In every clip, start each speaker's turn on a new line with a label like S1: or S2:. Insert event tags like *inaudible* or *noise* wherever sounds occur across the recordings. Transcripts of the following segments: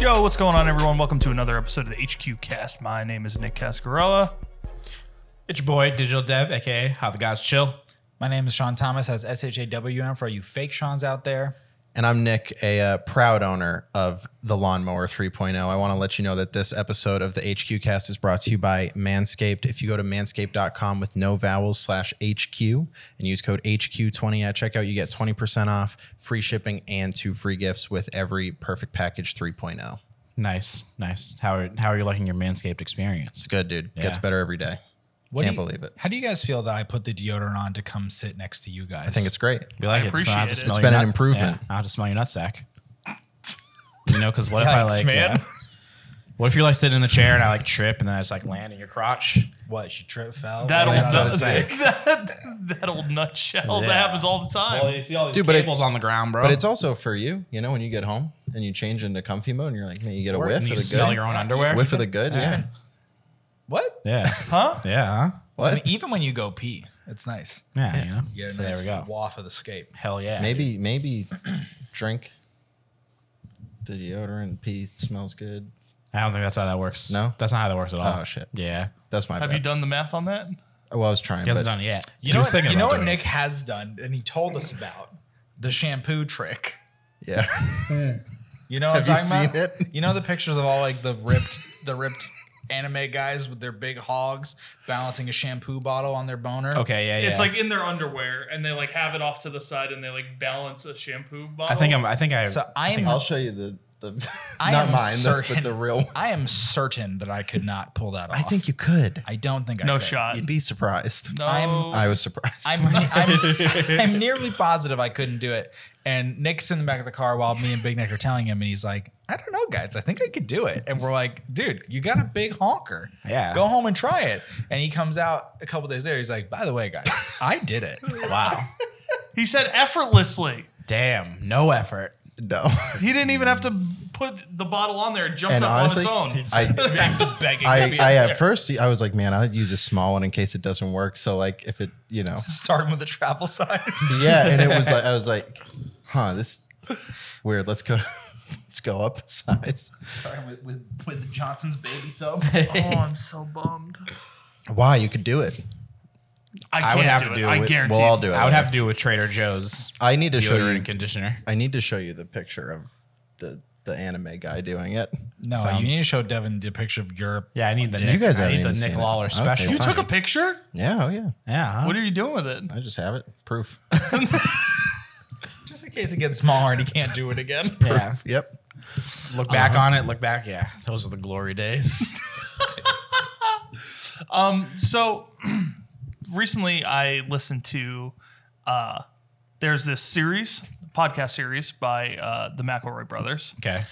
S1: Yo, what's going on, everyone? Welcome to another episode of the HQ Cast. My name is Nick Cascarella.
S2: It's your boy, Digital Dev, aka How the Gods Chill.
S3: My name is Sean Thomas. That's S H A W N for all you fake Seans out there.
S4: And I'm Nick, a uh, proud owner of the Lawnmower 3.0. I want to let you know that this episode of the HQ Cast is brought to you by Manscaped. If you go to manscaped.com with no vowels slash HQ and use code HQ20 at checkout, you get 20% off, free shipping, and two free gifts with every Perfect Package oh. 3.0.
S2: Nice, nice. How are, how are you liking your Manscaped experience?
S4: It's good, dude. Gets
S2: Yeah.
S4: better every day.
S3: What
S4: Can't
S3: do you-
S4: believe it.
S3: How do you guys feel that I put the deodorant on to come sit next to you guys?
S4: I think it's great.
S2: We
S1: I
S2: like it. So I
S1: appreciate
S2: have
S1: it.
S2: to smell
S1: It's
S2: your
S4: been an
S2: nut-
S4: improvement.
S2: yeah, I have to smell your *laughs* nutsack. You know, because what if I
S3: Yikes,
S2: like,
S3: man.
S2: yeah. what if you're like sitting in the chair and I like trip and then I just like land in your crotch?
S3: what she trip fell.
S1: That old
S3: Well,
S1: nut,
S3: that's what I'm saying.
S1: that, *laughs* that old nutshell that
S2: Yeah.
S1: happens all the time.
S2: you see all these
S4: Dude, but it-
S2: cables on the ground, bro.
S4: But it's also for you, you know, when you get home and you change into comfy mode and you're like, man, you get a
S3: Or
S4: whiff
S2: and
S4: of
S2: you
S4: the
S2: smell
S4: good.
S2: your own underwear.
S4: Whiff of the good, yeah.
S3: What?
S2: yeah,
S1: huh?
S2: yeah,
S3: I mean,
S4: What?
S3: even when you go pee, it's nice.
S2: yeah. You know,
S3: You get a
S2: so
S3: nice
S2: there we go.
S3: waff of the scape.
S2: Hell yeah.
S4: Maybe *clears throat* maybe drink the deodorant pee smells good.
S2: I don't think that's how that works.
S4: No?
S2: that's not how that works at all.
S4: Oh, shit.
S2: Yeah,
S4: That's my
S1: Have
S4: bad.
S1: you done the math on that?
S4: well, I was trying.
S2: he hasn't
S4: but
S2: done it yet.
S3: You
S2: He
S3: know
S2: was
S3: what,
S2: thinking
S3: you know
S2: about
S3: what
S2: doing it.
S3: Nick has done, and he told us about the shampoo trick.
S4: *laughs* Yeah.
S3: You know what I'm
S4: Have you
S3: talking
S4: seen
S3: about?
S4: it?
S3: You know the pictures of all like the ripped the ripped anime guys with their big hogs balancing a shampoo bottle on their boner.
S2: Okay, yeah, yeah.
S1: It's like in their underwear, and they like have it off to the side, and they like balance a shampoo bottle.
S2: I think I'm. I think I.
S3: So I am
S4: I'll show you the the *laughs*
S3: I
S4: not
S3: am
S4: mine, the,
S3: certain-
S4: but the real one.
S3: I am certain that I could not pull that off.
S4: I think you could.
S3: I don't think I
S1: no
S3: could.
S1: shot.
S4: You'd be surprised.
S1: no,
S3: I'm-
S4: I was
S3: *laughs*
S4: surprised.
S3: I'm, I'm, I'm *laughs* nearly positive I couldn't do it. And Nick's in the back of the car while me and Big Nick are telling him, and he's like, I don't know, guys. I think I could do it. And we're like, dude, you got a big honker.
S2: Yeah.
S3: Go home and try it. And he comes out a couple days later. He's like, by the way, guys, I did *laughs* it.
S2: wow.
S1: he said effortlessly.
S2: Damn. No effort.
S4: *laughs*
S3: *laughs*
S4: no.
S1: He didn't even have to put the bottle on there. It jumped
S4: And
S1: up
S4: honestly,
S1: on its own.
S4: I
S3: I was begging.
S4: I,
S3: to be
S4: I
S3: up
S4: at
S3: there.
S4: first I was like, man, I'd use a small one in case it doesn't work. So like if it, you know, *laughs*
S3: starting with the travel size.
S4: yeah. And it was like I was like, huh, this weird. Let's go. *laughs* Let's go up a size.
S3: starting with, with, with Johnson's baby soap.
S1: oh, I'm so bummed.
S4: Why you could do it?
S1: I can't
S2: I would have
S1: do,
S2: to
S1: it.
S2: do
S1: I
S2: it.
S1: guarantee.
S4: We'll all do it.
S2: I would
S4: later.
S2: have to do with Trader Joe's
S4: I need to show
S2: deodorant
S4: you.
S2: and conditioner.
S4: I need to show you the picture of the the anime guy doing it.
S3: *laughs* No,
S2: Sounds-
S3: you need to show Devin the picture of Europe.
S2: Yeah, I need the Nick,
S4: you guys
S2: I
S4: haven't
S2: need the
S4: even
S2: Nick
S4: seen it.
S2: Lawler
S4: Okay,
S2: special.
S1: You
S4: fine.
S1: took a picture.
S4: Yeah, oh yeah.
S2: yeah. huh?
S1: What are you doing with it?
S4: I just have it. Proof.
S1: *laughs*
S3: Just in case it gets smaller and he can't do it again. *laughs*
S2: yeah.
S4: yep.
S2: Look back
S4: Uh-huh.
S2: on it. Look back. Yeah. Those are the glory
S4: *laughs*
S2: days.
S1: So *clears throat* recently I listened to uh there's this series, podcast series by uh the McElroy brothers.
S2: okay.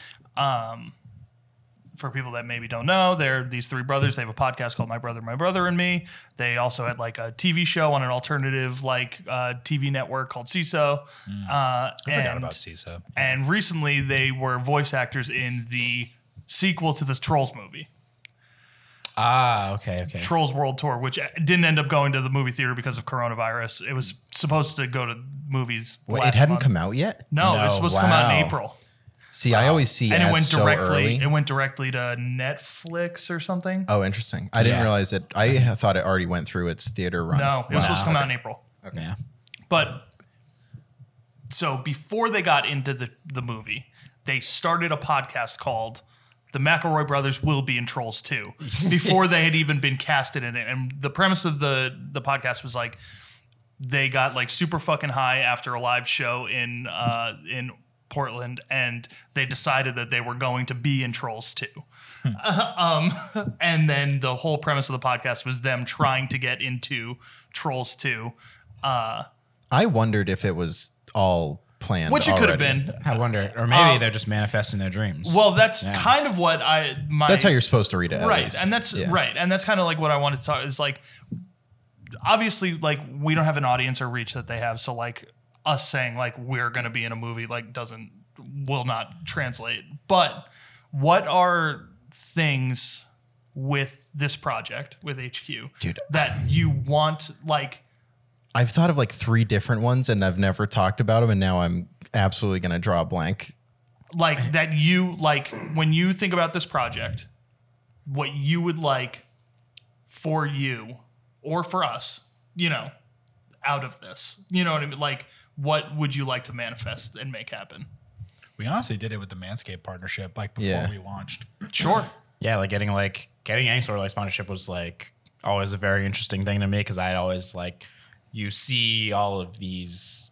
S1: For people that maybe don't know, they're these three brothers. They have a podcast called My Brother, My Brother and Me. They also had like a TV show on an alternative like uh TV network called CISO. Uh I
S3: Mm. Forgot about CISO.
S1: and recently they were voice actors in the sequel to this Trolls movie.
S2: Ah. Okay. Okay.
S1: Trolls World Tour, which uh, didn't end up going to the movie theater because of coronavirus. It was supposed to go to movies.
S4: Wait,
S1: last
S4: it hadn't
S1: month.
S4: come out yet.
S1: No, it was
S2: No,
S1: supposed to come out in
S4: wow.
S1: April,
S4: See, I always see
S1: and
S4: ads
S1: it went
S4: so
S1: directly.
S4: early.
S1: it went directly to Netflix or something.
S4: oh, interesting. I didn't
S2: Yeah.
S4: realize it. I ha- thought it already went through its theater run.
S1: no, it was supposed to come out in April.
S2: Yeah.
S1: But so before they got into the, the movie, they started a podcast called The McElroy Brothers Will Be in Trolls 2 before they had even been casted in it. And the premise of the, the podcast was like they got like super fucking high after a live show in uh, in Portland and they decided that they were going to be in Trolls 2. *laughs* Um, and then the whole premise of the podcast was them trying to get into Trolls 2. Uh,
S4: I wondered if it was all planned.
S1: which it could have
S4: already.
S1: been.
S2: I wonder,
S3: Uh,
S2: or maybe they're just manifesting their dreams.
S1: Well, that's kind of what I my
S4: That's how you're supposed to read it. at
S1: right,
S4: least.
S1: and that's
S4: Yeah.
S1: right, and that's kind of like what I want to talk is like obviously like we don't have an audience or reach that they have, so like us saying like we're gonna be in a movie like doesn't will not translate. But what are things with this project with HQ
S4: Dude.
S1: that you want like
S4: I've thought of like three different ones, and I've never talked about them, and now I'm absolutely going to draw a blank.
S1: like that you like when you think about this project, what you would like for you or for us, you know, out of this. You know what I mean? Like what would you like to manifest and make happen?
S3: We honestly did it with the Manscaped partnership, like before
S4: Yeah.
S3: we launched.
S1: Sure.
S2: Yeah, like getting like getting any sort of like sponsorship was like always a very interesting thing to me because I'd always like you see all of these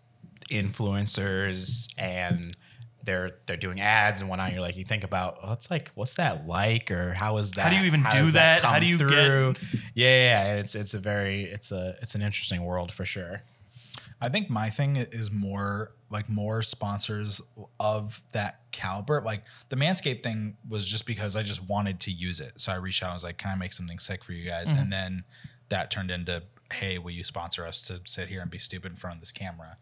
S2: influencers and they're they're doing ads and whatnot. You're like you think about oh, it's like what's that like or how is that?
S1: do you even do
S2: does
S1: that? How
S2: come
S1: do you get-
S2: Yeah, yeah, yeah. And it's it's a very it's a it's an interesting world for sure.
S3: I think my thing is more like more sponsors of that caliber. Like the Manscaped thing was just because I just wanted to use it. So I reached out and was like, can I make something sick for you guys? And then that turned into, hey, will you sponsor us to sit here and be stupid in front of this camera?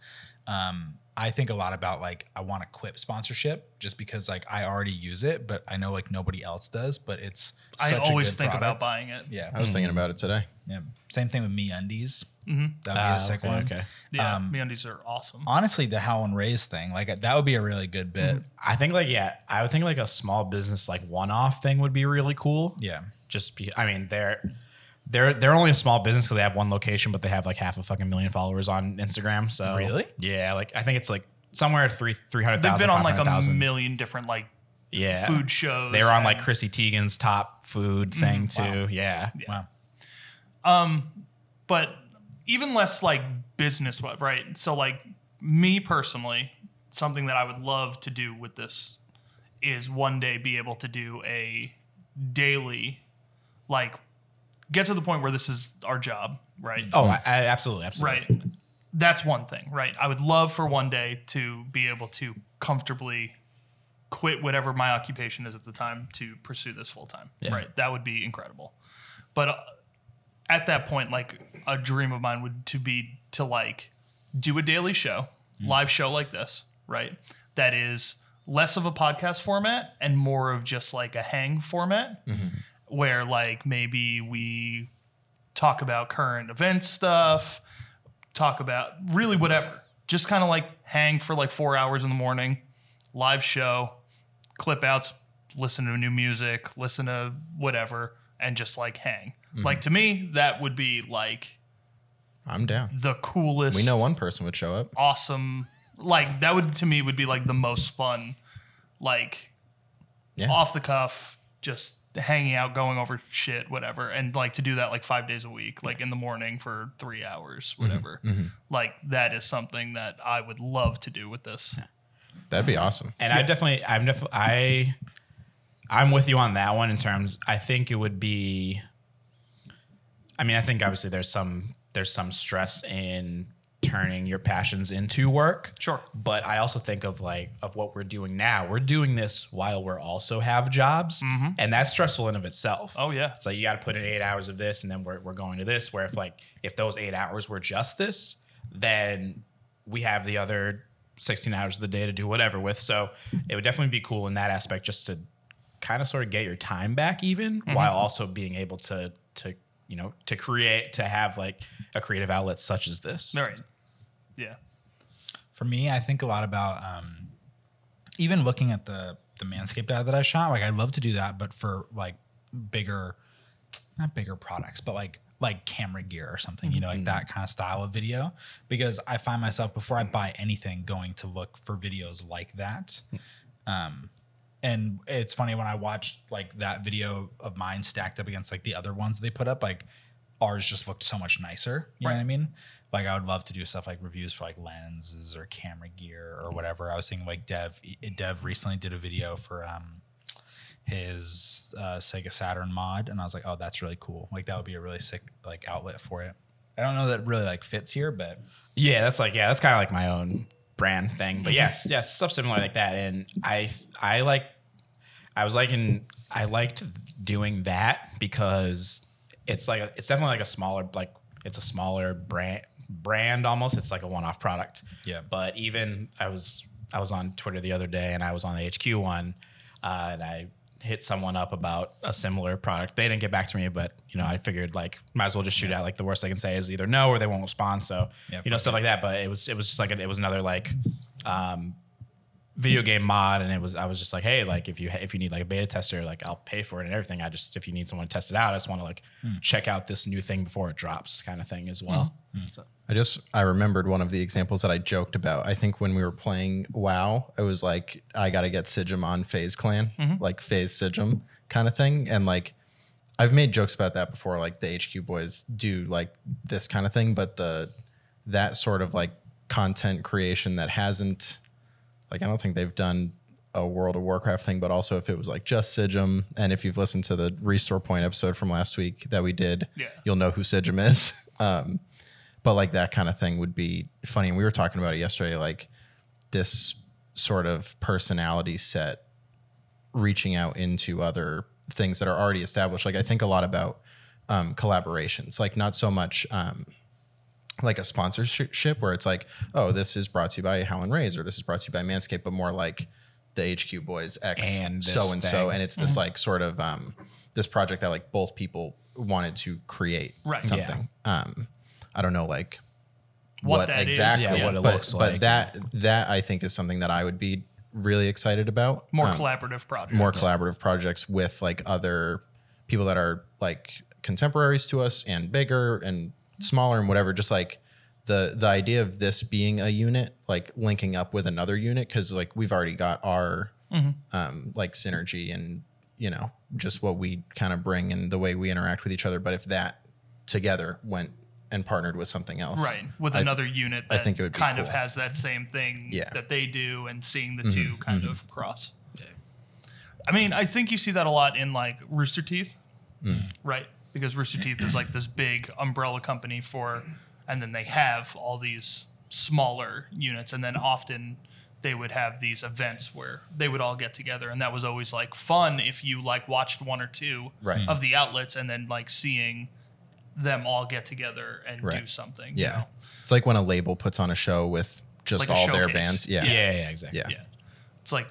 S3: Um, I think a lot about like, I want to quit sponsorship just because like I already use it, but I know like nobody else does, but it's,
S1: I
S3: such a
S1: always
S3: good
S1: think about
S3: product.
S1: buying it.
S3: Yeah.
S4: I was thinking
S1: Hmm.
S4: about it today.
S3: yeah. Same thing with me undies. That'd be
S2: Ah,
S3: a sick
S2: okay,
S3: one.
S2: okay.
S1: Yeah,
S2: Um,
S1: MeUndies are awesome.
S3: honestly the how and raise thing like that would be a really good bit
S2: I think like yeah, I would think like a small business like one off thing would be really cool.
S3: yeah
S2: just be, I mean they're they're they're only a small business because they have one location, but they have like half a fucking million followers on Instagram. So
S3: Really?
S2: yeah, like I think it's like somewhere three three hundred
S1: They've
S2: thousand.
S1: been on like a million different like
S2: yeah
S1: food Mm, shows.
S2: They were on like
S1: and-
S2: Chrissy Teigen's top food thing too. Yeah.
S3: wow
S1: but even less like business what right so like me personally something that i would love to do with this is one day be able to do a daily like get to the point where this is our job right
S2: Oh, I, I, absolutely, absolutely.
S1: right that's one thing right i would love for one day to be able to comfortably quit whatever my occupation is at the time to pursue this full time right that would be incredible but uh, at that point like a dream of mine would to be to like do a daily show live show like this right that is less of a podcast format and more of just like a hang format where like maybe we talk about current event stuff talk about really whatever just kind of like hang for like four hours in the morning live show clip outs listen to new music listen to whatever and just like hang
S4: Mm-hmm.
S1: like to me that would be like
S4: I'm down.
S1: the coolest
S4: We know one person would show up.
S1: awesome like that would to me would be like the most fun like
S4: Yeah.
S1: off the cuff just hanging out going over shit whatever and like to do that like five days a week like in the morning for three hours whatever
S4: Mm-hmm.
S1: like that is something that i would love to do with this
S4: That'd be awesome.
S2: And I definitely, I'm definitely, I, I'm with you on that one in terms. I think it would be. I mean, I think obviously there's some there's some stress in turning your passions into work.
S1: Sure.
S2: But I also think of like of what we're doing now. We're doing this while we're also have jobs, and that's stressful in of itself.
S1: Mm-hmm. Oh, yeah.
S2: It's like you got to put in eight hours of this, and then we're we're going to this. Where if like if those eight hours were just this, then we have the other 16 hours of the day to do whatever with. So it would definitely be cool in that aspect just to kind of sort of get your time back even
S1: Mm-hmm.
S2: while also being able to to you know to create to have like a creative outlet such as this.
S1: all right yeah
S3: for me i think a lot about um even looking at the the manscaped ad that i shot like i love to do that but for like bigger not bigger products but like like camera gear or something you know
S2: Mm-hmm.
S3: like that kind of style of video because i find myself before i buy anything going to look for videos like that and it's funny when I watched like that video of mine stacked up against like the other ones they put up, like ours just looked so much nicer. You know what I
S1: Right.
S3: mean? Like I would love to do stuff like reviews for like lenses or camera gear or whatever. I was thinking like Dev eh, Dev recently did a video for um his uh, Sega Saturn mod, and I was like, oh, that's really cool. Like that would be a really sick like outlet for it. I don't know that really like fits here, but
S2: Yeah, that's like yeah, that's kind of like my own brand thing. But yes, yes, stuff similar like that. And I I like I was liking I liked doing that because it's like it's definitely like a smaller like it's a smaller brand brand almost. It's like a one off product.
S3: Yeah.
S2: But even I was I was on Twitter the other day and I was on the HQ one, uh, and I hit someone up about a similar product. They didn't get back to me, but you know I figured like might as well just shoot out. Like the worst I can say is either no or they won't respond. So
S3: Yeah,
S2: you know stuff like that. But it was it was just like an, it was another like um, video game mod, and it was I was just like, hey, like if you if you need like a beta tester, like I'll pay for it and everything. I just if you need someone to test it out, I just want to like check out this new thing before it drops, kind of thing as well. So,
S4: I just I remembered one of the examples that I joked about. I think when we were playing WoW, I was like, I gotta get Sigim on Phase Clan, like Phase Sigim kind of thing. And like I've made jokes about that before, like the HQ boys do like this kind of thing, but the that sort of like content creation that hasn't like I don't think they've done a World of Warcraft thing, but also if it was like just Sigim, and if you've listened to the Restore Point episode from last week that we did,
S1: Yeah.
S4: you'll know who Sigim is. *laughs* Um, but like that kind of thing would be funny. And we were talking about it yesterday, like this sort of personality set reaching out into other things that are already established. Like I think a lot about um, collaborations, like not so much um, like a sponsorship where it's like, oh, this is brought to you by Helen Rays or this is brought to you by Manscaped, but more like the HQ Boys X
S2: And this
S4: so and so,
S2: thing.
S4: and it's this like sort of um, this project that like both people wanted to create
S1: Right. Yeah.
S4: something. Um, I don't know, like
S1: What
S4: what,
S1: that is,
S4: exactly
S2: yeah, what it
S4: but,
S2: looks
S4: but
S2: like.
S4: that that I think is something that I would be really excited about.
S1: More
S4: Um,
S1: collaborative project.
S4: more collaborative projects with like other people that are like contemporaries to us and bigger and smaller and whatever just like the the idea of this being a unit like linking up with another unit because like we've already got our
S1: Mm-hmm.
S4: um like synergy and you know just what we kind of bring and the way we interact with each other but if that together went and partnered with something else
S1: right with another unit
S4: I
S1: that
S4: think it would be
S1: kind of
S4: cool.
S1: has that same thing
S4: Yeah. Mm-hmm.
S1: that they do and seeing the two kind of cross i mean i think you see that a lot in like rooster teeth
S4: Mm.
S1: right because rooster teeth is like this big umbrella company for and then they have all these smaller units and then often they would have these events where they would all get together and that was always like fun if you like watched one or two
S4: Right.
S1: of the outlets and then like seeing them all get together and do
S4: Right.
S1: something. you
S4: yeah
S1: know?
S4: it's like when a label puts on a show with just
S1: Like a
S4: all their
S1: showcase.
S4: bands
S2: yeah, yeah, exactly.
S4: yeah, yeah.
S1: Yeah. It's like,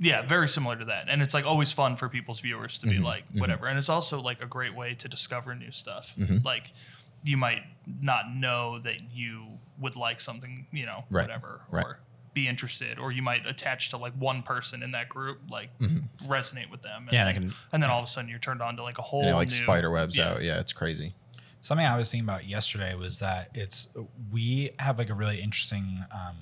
S1: yeah, very similar to that. And it's like always fun for people's viewers to be
S4: Mm-hmm.
S1: like, whatever. And it's also like a great way to discover new stuff.
S4: Mm-hmm.
S1: Like, you might not know that you would like something, you know,
S4: Right.
S1: whatever,
S4: Right.
S1: or be interested, or you might attach to like one person in that group, like
S4: Mm-hmm.
S1: resonate with them. And,
S2: Yeah, and I
S1: then-
S2: can-
S1: and then all of a sudden you're turned on to like a whole
S4: And it, like
S1: new-
S4: spider webs
S1: yeah.
S4: out yeah it's crazy
S3: Something I was thinking about yesterday was that it's we have like a really interesting um,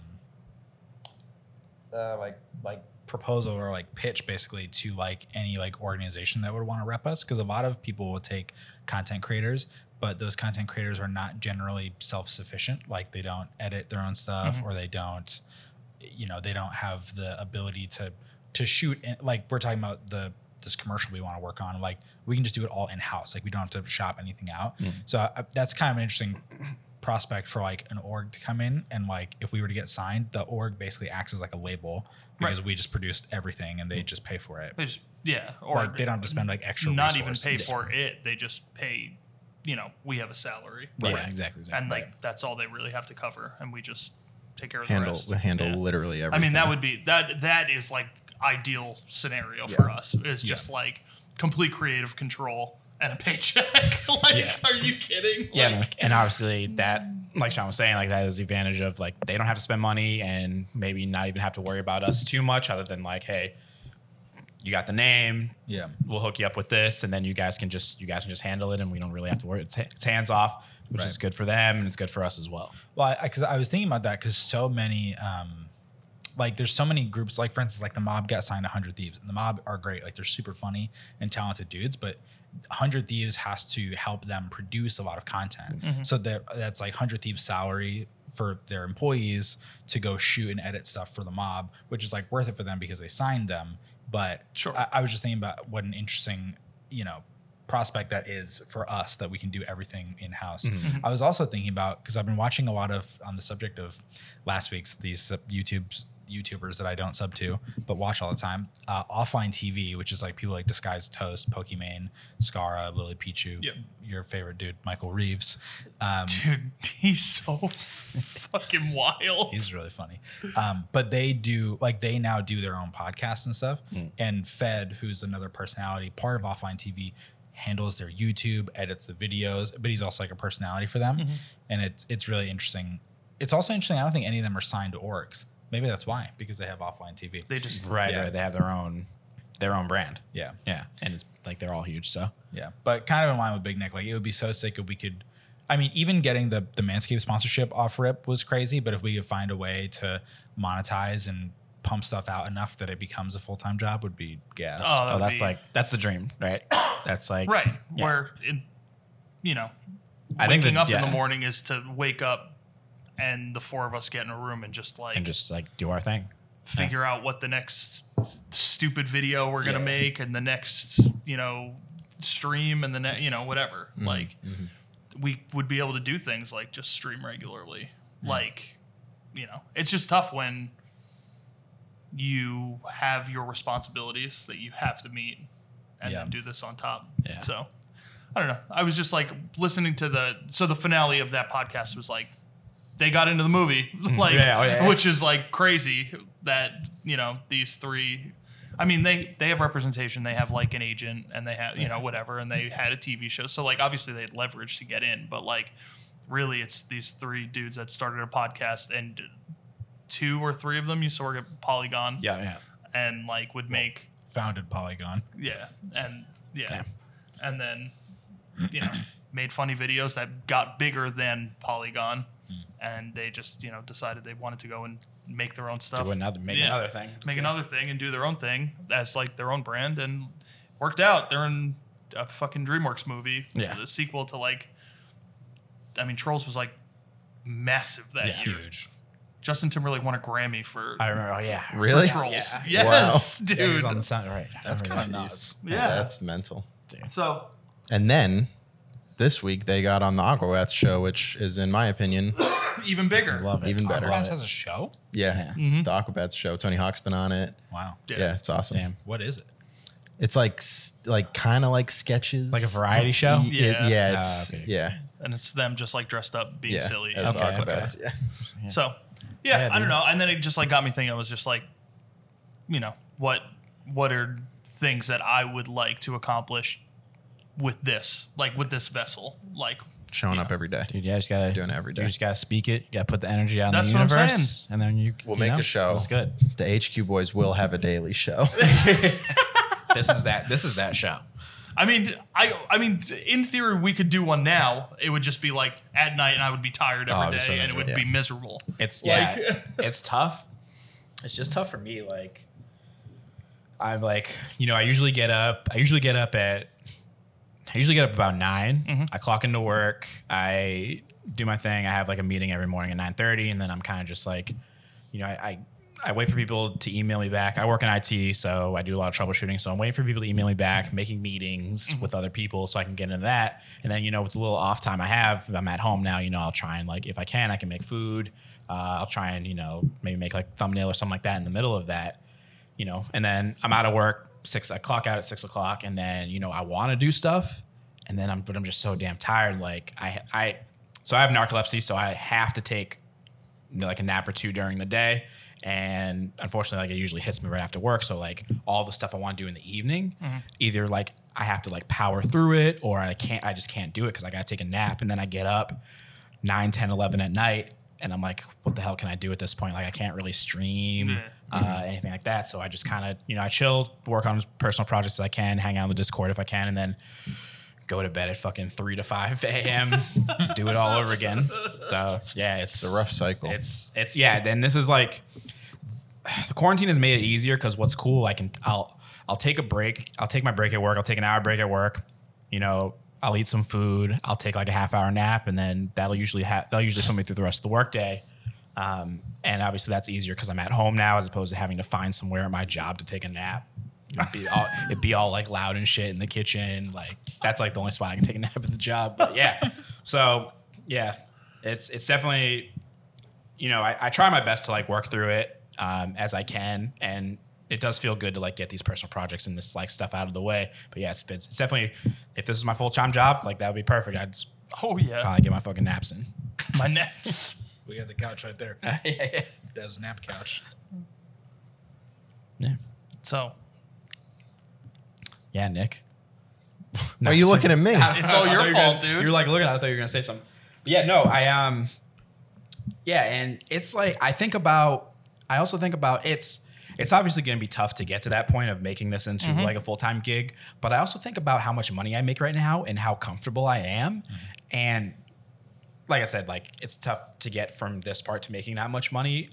S3: uh, like like proposal or like pitch basically to like any like organization that would want to rep us because a lot of people will take content creators but those content creators are not generally self-sufficient like they don't edit their own stuff or they don't you know they don't have the ability to to shoot in, like we're talking about the this commercial we want to work on like we can just do it all in house like we don't have to shop anything out so I, that's kind of an interesting prospect for like an org to come in and like if we were to get signed the org basically acts as like a label because we just produced everything and they just pay for it
S1: They just- yeah. Or
S3: like they don't have to spend like extra
S1: not even pay
S3: resources.
S1: for it. They just pay, you know, we have a salary.
S2: Yeah, exactly. exactly.
S1: And like that's all they really have to cover, and we just take care of
S4: handle
S1: the rest.
S4: handle
S1: Yeah.
S4: literally
S1: I
S4: everything.
S1: mean, that would be that. That is like ideal scenario for us. Is just like complete creative control and a paycheck. *laughs* like,
S2: Yeah.
S1: are you kidding?
S2: Yeah,
S1: Like,
S2: and obviously that, like Sean was saying, like that is the advantage of like they don't have to spend money and maybe not even have to worry about us too much, other than like, hey, you got the name,
S3: yeah
S2: we'll hook you up with this, and then you guys can just you guys can just handle it, and we don't really have to worry. It's, it's hands off, which is good for them and it's good for us as well.
S3: Well, because I, was thinking about that because so many, um, like, there's so many groups. Like, for instance, like the Mob got signed to 100 Thieves, and the Mob are great. Like, they're super funny and talented dudes, but 100 Thieves has to help them produce a lot of content. So that that's like 100 Thieves salary for their employees to go shoot and edit stuff for the Mob, which is like worth it for them because they signed them. But
S1: Sure.
S3: I, I was just thinking about what an interesting, you know, prospect that is for us that we can do everything in house. I was also thinking about because I've been watching a lot of on the subject of last week's these sub- YouTube's YouTubers that I don't sub to but watch all the time. Uh, offline TV, which is like people like Disguised Toast, Pokimane, Scara, Lily Pichu,
S1: Yep.
S3: your favorite dude, Michael Reeves. Um,
S1: dude, he's so fucking wild.
S3: He's really funny. Um, but they do like they now do their own podcasts and stuff. And Fed, who's another personality, part of offline TV, handles their YouTube, edits the videos, but he's also like a personality for them. And it's it's really interesting. It's also interesting. I don't think any of them are signed to orgs. Maybe that's why because they have offline TV.
S1: They just
S2: Right,
S3: Yeah.
S2: right. They have their own their own brand.
S3: yeah,
S2: Yeah. And it's like they're all huge, so
S3: yeah, but kind of in line with Big Nick. Like it would be so sick if we could. I mean, even getting the the Manscaped sponsorship off rip was crazy, but if we could find a way to monetize and pump stuff out enough that it becomes a full time job, would be gas.
S1: oh, that
S2: oh,
S1: would
S2: that's
S1: be-
S2: like that's the dream, right? That's like
S1: right
S2: Yeah.
S1: where it, you know
S2: I think
S1: waking
S2: that-
S1: up in
S2: yeah.
S1: the morning is to wake up and the four of us get in a room and just like
S2: and just like do our thing.
S1: figure out what the next stupid video we're gonna
S2: Yeah.
S1: make and the next you know stream and the ne- you know whatever
S2: Mm-hmm.
S1: like we would be able to do things like just stream regularly like you know it's just tough when you have your responsibilities that you have to meet and
S3: Yeah.
S1: then do this on top
S2: Yeah.
S1: so i don't know i was just like listening to the so the finale of that podcast was like they got into the movie *laughs* like
S2: Yeah, oh, yeah, yeah.
S1: which is like crazy that you know these three i mean they they have representation they have like an agent and they have you know whatever and they had a tv show so like obviously they had leverage to get in but like really it's these three dudes that started a podcast and two or three of them used to work at polygon
S2: Yeah, yeah.
S1: and like would make
S3: Founded Polygon.
S1: yeah and yeah, and then you know *clears throat* made funny videos that got bigger than polygon
S2: Hmm.
S1: and they just you know decided they wanted to go and make their own stuff
S2: Do another make
S1: Yeah.
S2: another thing.
S1: make another thing and do their own thing as like their own brand and worked out they're in a fucking dreamworks movie
S2: Yeah.
S1: the sequel to like i mean trolls was like massive that year
S3: Huge.
S1: justin timberlake won a grammy for,
S2: I remember. Oh yeah.
S1: for
S4: Really?
S1: trolls
S2: Yeah.
S1: yes
S2: Yeah, he was
S1: dude
S2: on the sound right.
S3: That's kind of
S4: Jeez.
S3: nuts.
S1: Yeah.
S4: That's mental.
S1: so
S4: And then this week they got on the Aquawats show, which is, in my opinion,
S1: even bigger
S2: Love it.
S4: even better.
S3: Aquabats has a show.
S4: Yeah.
S1: Mm-hmm.
S4: The Aquabats show. Tony Hawk's been on it.
S3: Wow.
S4: Yeah,
S1: Yeah.
S4: it's awesome.
S2: Damn.
S3: What is it?
S4: It's like s- like kind of like sketches.
S2: Like a variety show?
S4: Y- it-
S1: Yeah.
S4: yeah, it's
S2: Ah, okay.
S4: yeah.
S1: and it's them just like dressed up being
S4: Yeah.
S1: silly.
S4: As the
S2: Okay, okay.
S4: Aquabats. Yeah.
S1: So, yeah,
S2: Yeah,
S1: I don't
S2: dude.
S1: know. And then it just like got me thinking. I was just like, you know, what what are things that I would like to accomplish with this, like with this vessel, like
S4: Showing up every day.
S2: Dude, yeah, just gotta
S4: Doing it every day.
S2: You just gotta speak it. You gotta put the energy out
S1: That's
S2: in
S1: what
S2: the
S1: I'm saying.
S2: universe, and then you
S4: We'll
S2: you
S4: make
S2: know,
S4: a show.
S2: It's good.
S4: The HQ boys will have a
S2: *laughs*
S4: daily show.
S2: this is that. This is that show.
S1: I mean, I I mean, in theory, we could do one now. It would just be like at night, and I would be tired every day,
S4: Oh,
S2: it'd be so
S1: and it would
S4: miserable.
S1: be miserable.
S2: It's
S1: Like-
S2: yeah, it's tough. It's just tough for me. Like I'm like, you know, I usually get up. I usually get up at. I usually get up about 9 I clock into work. I do my thing. I have like a meeting every morning at nine thirty, and then I'm kind of just like, you know, I. I I wait for people to email me back. I work in IT, so I do a lot of troubleshooting. So I'm waiting for people to email me back, making meetings with other people so I can get into that. And then, you know, with the little off time I have, I'm at home now, you know, I'll try and like, if I can, I can make food. Uh, I'll try and, you know, maybe make like thumbnail or something like that in the middle of that, you know, and then I'm out of work six, I clock out at six o'clock. And then, you know, I want to do stuff. And then I'm, but I'm just so damn tired. Like I, I, so I have narcolepsy, so I have to take you know, like a nap or two during the day. And unfortunately, like it usually hits me right after work. So like all the stuff I want to do in the evening, either like I have to like power through it or I can't, I just can't do it because I got to take a nap and then I get up 9, 10, 11 at night. And I'm like, what the hell can I do at this point? Like I can't really stream,
S1: Yeah.
S2: uh, anything like that. So I just kind of, you know, I chill, work on personal projects as I can, hang out on the Discord if I can, and then go to bed at fucking 3 to 5 a.m., do it all over again. So yeah, it's
S4: It's a rough cycle.
S2: it's it's yeah. Then this is like the quarantine has made it easier because what's cool, I can I'll I'll take a break. I'll take my break at work. I'll take an hour break at work. You know, I'll eat some food. I'll take like a half hour nap, and then that'll usually ha- that'll usually put me through the rest of the workday. Um, and obviously that's easier because I'm at home now as opposed to having to find somewhere at my job to take a nap. It'd be all, it'd be all like loud and shit in the kitchen. Like that's like the only spot I can take a nap at the job. But yeah, so yeah, it's it's definitely you know, I, I try my best to like work through it um, as I can, and it does feel good to like get these personal projects and this like stuff out of the way. But yeah, it's been it's definitely if this is my full time job, like that would be perfect. I'd just
S1: Oh yeah,
S2: probably get my fucking naps in.
S1: my *laughs* naps.
S3: We got the couch right there. That was nap couch.
S2: yeah.
S1: So
S2: yeah, Nick.
S4: Are you looking at me?
S1: It's all
S2: *laughs*
S1: your
S2: I thought you were
S1: fault,
S2: gonna-
S1: dude.
S2: You're like looking. I thought you were gonna say something. Yeah, no, I um, yeah, and it's like I think about I also think about it's it's obviously going to be tough to get to that point of making this into
S1: Mm-hmm.
S2: like a full-time gig, but I also think about how much money I make right now and how comfortable I am
S1: Mm-hmm.
S2: and like I said, like it's tough to get from this part to making that much money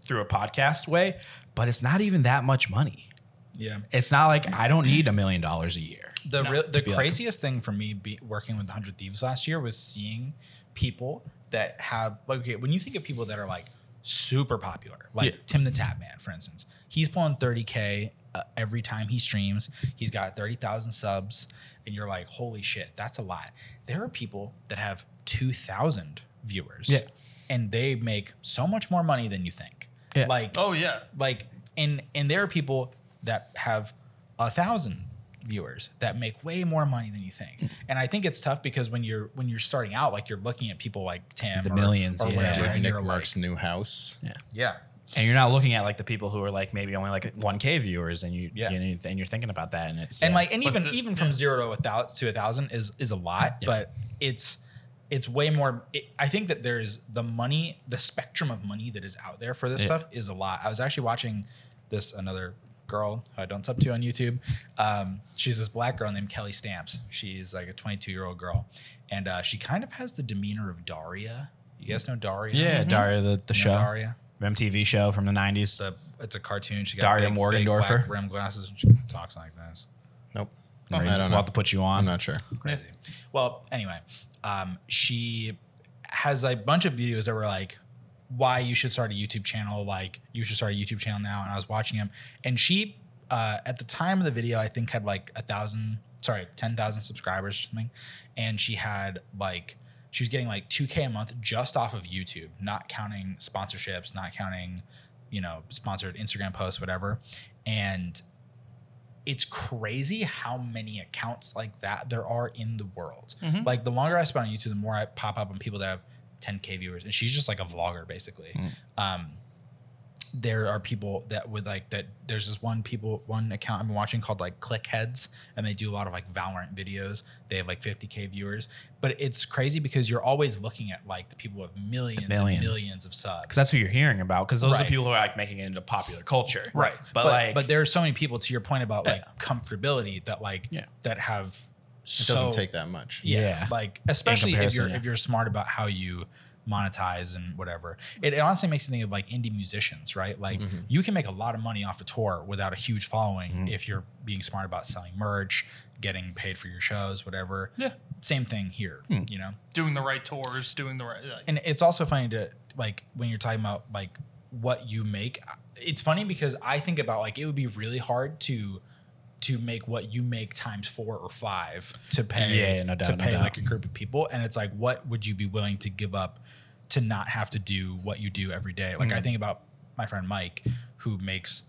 S2: through a podcast way, but it's not even that much money.
S3: Yeah.
S2: It's not like I don't need a million dollars a year.
S3: The real, the
S2: be like-
S3: craziest thing for me be, working with 100 Thieves last year was seeing people that have like okay, when you think of people that are like super popular, like
S2: Yeah.
S3: Tim the Tap Man, for instance, he's pulling 30k uh, every time he streams. He's got 30,000 subs, and you're like, holy shit, that's a lot. There are people that have 2,000 viewers,
S2: Yeah.
S3: and they make so much more money than you think.
S2: Yeah.
S3: Like
S1: Oh yeah.
S3: like and and there are people that have a thousand viewers that make way more money than you
S2: Mm.
S3: think and i think it's tough because when you're when you're starting out like you're looking at people like tim
S2: The
S3: or-
S2: millions,
S3: or
S2: yeah.
S3: whatever, and
S4: Nick
S3: you're like,
S4: Mark's new house.
S3: yeah
S2: And you're not looking at like the people who are like maybe only like 1k viewers and you
S3: Yeah.
S2: you know, and you're thinking about that and it's
S3: and
S2: yeah.
S3: like and
S1: But
S3: even
S1: the-
S3: even from zero to a thousand to a thousand is is a lot but it's it's way more it, i think that there's the money the spectrum of money that is out there for this stuff is a lot i was actually watching this another girl who i don't sub to on youtube um, she's this black girl named kelly stamps she's like a 22 year old girl and uh, she kind of has the demeanor of daria you guys know daria
S2: yeah,
S3: mm-hmm. You
S2: Daria the, the
S3: know
S2: show,
S3: daria
S2: MTV show from the 90s.
S3: it's a it's a cartoon she got
S2: Daria
S3: big, big
S2: Morgendorfer?
S3: black rim glasses and she talks like this
S4: Nope.
S2: Crazy.
S4: I don't
S2: We'll
S4: know.
S2: have to put you on.
S4: I'm not sure.
S3: crazy. Well, anyway, um, she has a bunch of videos that were like, why you should start a YouTube channel, like you should start a YouTube channel now. And I was watching him, and she, uh, at the time of the video, I think had like a thousand, sorry, ten thousand subscribers or something, and she had like she was getting like two k a month just off of YouTube, not counting sponsorships, not counting, you know, sponsored Instagram posts, whatever, and it's crazy how many accounts like that there are in the world.
S2: Mm-hmm.
S3: Like the longer I spend on YouTube, the more I pop up on people that have 10k viewers, and she's just like a vlogger basically.
S2: Mm.
S3: Um, there are people that would like that. There's this one people one account I've been watching called like Clickheads, and they do a lot of like Valorant videos. They have like 50k viewers, but it's crazy because you're always looking at like the people with millions,
S2: Millions.
S3: and millions of subs.
S2: Because that's who you're hearing about. Because those are
S3: Right.
S2: the people who are like making it into popular culture.
S1: Right.
S2: But,
S3: but
S2: like,
S3: but there are so many people to your point about like
S2: Yeah.
S3: comfortability that like
S2: Yeah.
S3: that have
S4: It
S3: so
S4: doesn't take that much.
S3: yeah,
S2: Yeah.
S3: like especially if
S2: comparison,
S3: you're
S2: yeah.
S3: if you're smart about how you monetize and whatever it, it honestly makes me think of like indie musicians right like you can make a lot of money off a tour without a huge following if you're being smart about selling merch getting paid for your shows whatever
S1: Yeah.
S3: same thing here you know
S1: Doing the right tours, doing the right. Like,
S3: and it's also funny to like when you're talking about like what you make it's funny because i think about like it would be really hard to to make what you make times four or five to pay
S2: Yeah, no doubt,
S3: to
S2: no
S3: pay
S2: doubt.
S3: like a group of people and it's like what would you be willing to give up to not have to do what you do every day
S2: Mm.
S3: like i think about my friend mike who makes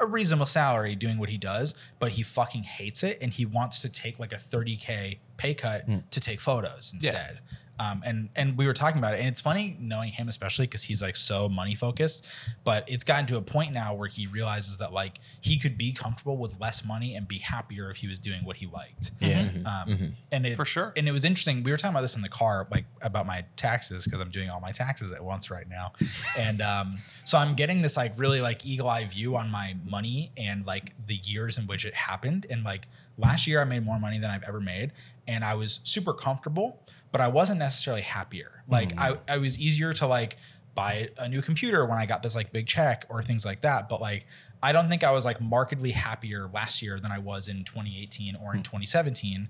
S3: a reasonable salary doing what he does, but he fucking hates it and he wants to take like a 30k pay cut to take photos instead. Um, and and we were talking about it, and it's funny knowing him especially because he's like so money focused, but it's gotten to a point now where he realizes that like he could be comfortable with less money and be happier if he was doing what he liked.
S2: yeah.
S3: Um, And it,
S1: Mm-hmm. For sure.
S3: And it was interesting. We were talking about this in the car, like about my taxes, because I'm doing all my taxes at once right now. and um, so I'm getting this like really like eagle eye view on my money and like the years in which it happened. And like last year, I made more money than I've ever made, and I was super comfortable, but I wasn't necessarily happier. Like I, I was easier to like buy a new computer when I got this like big check or things like that. But like, I don't think I was like markedly happier last year than I was in 2018 or in 2017.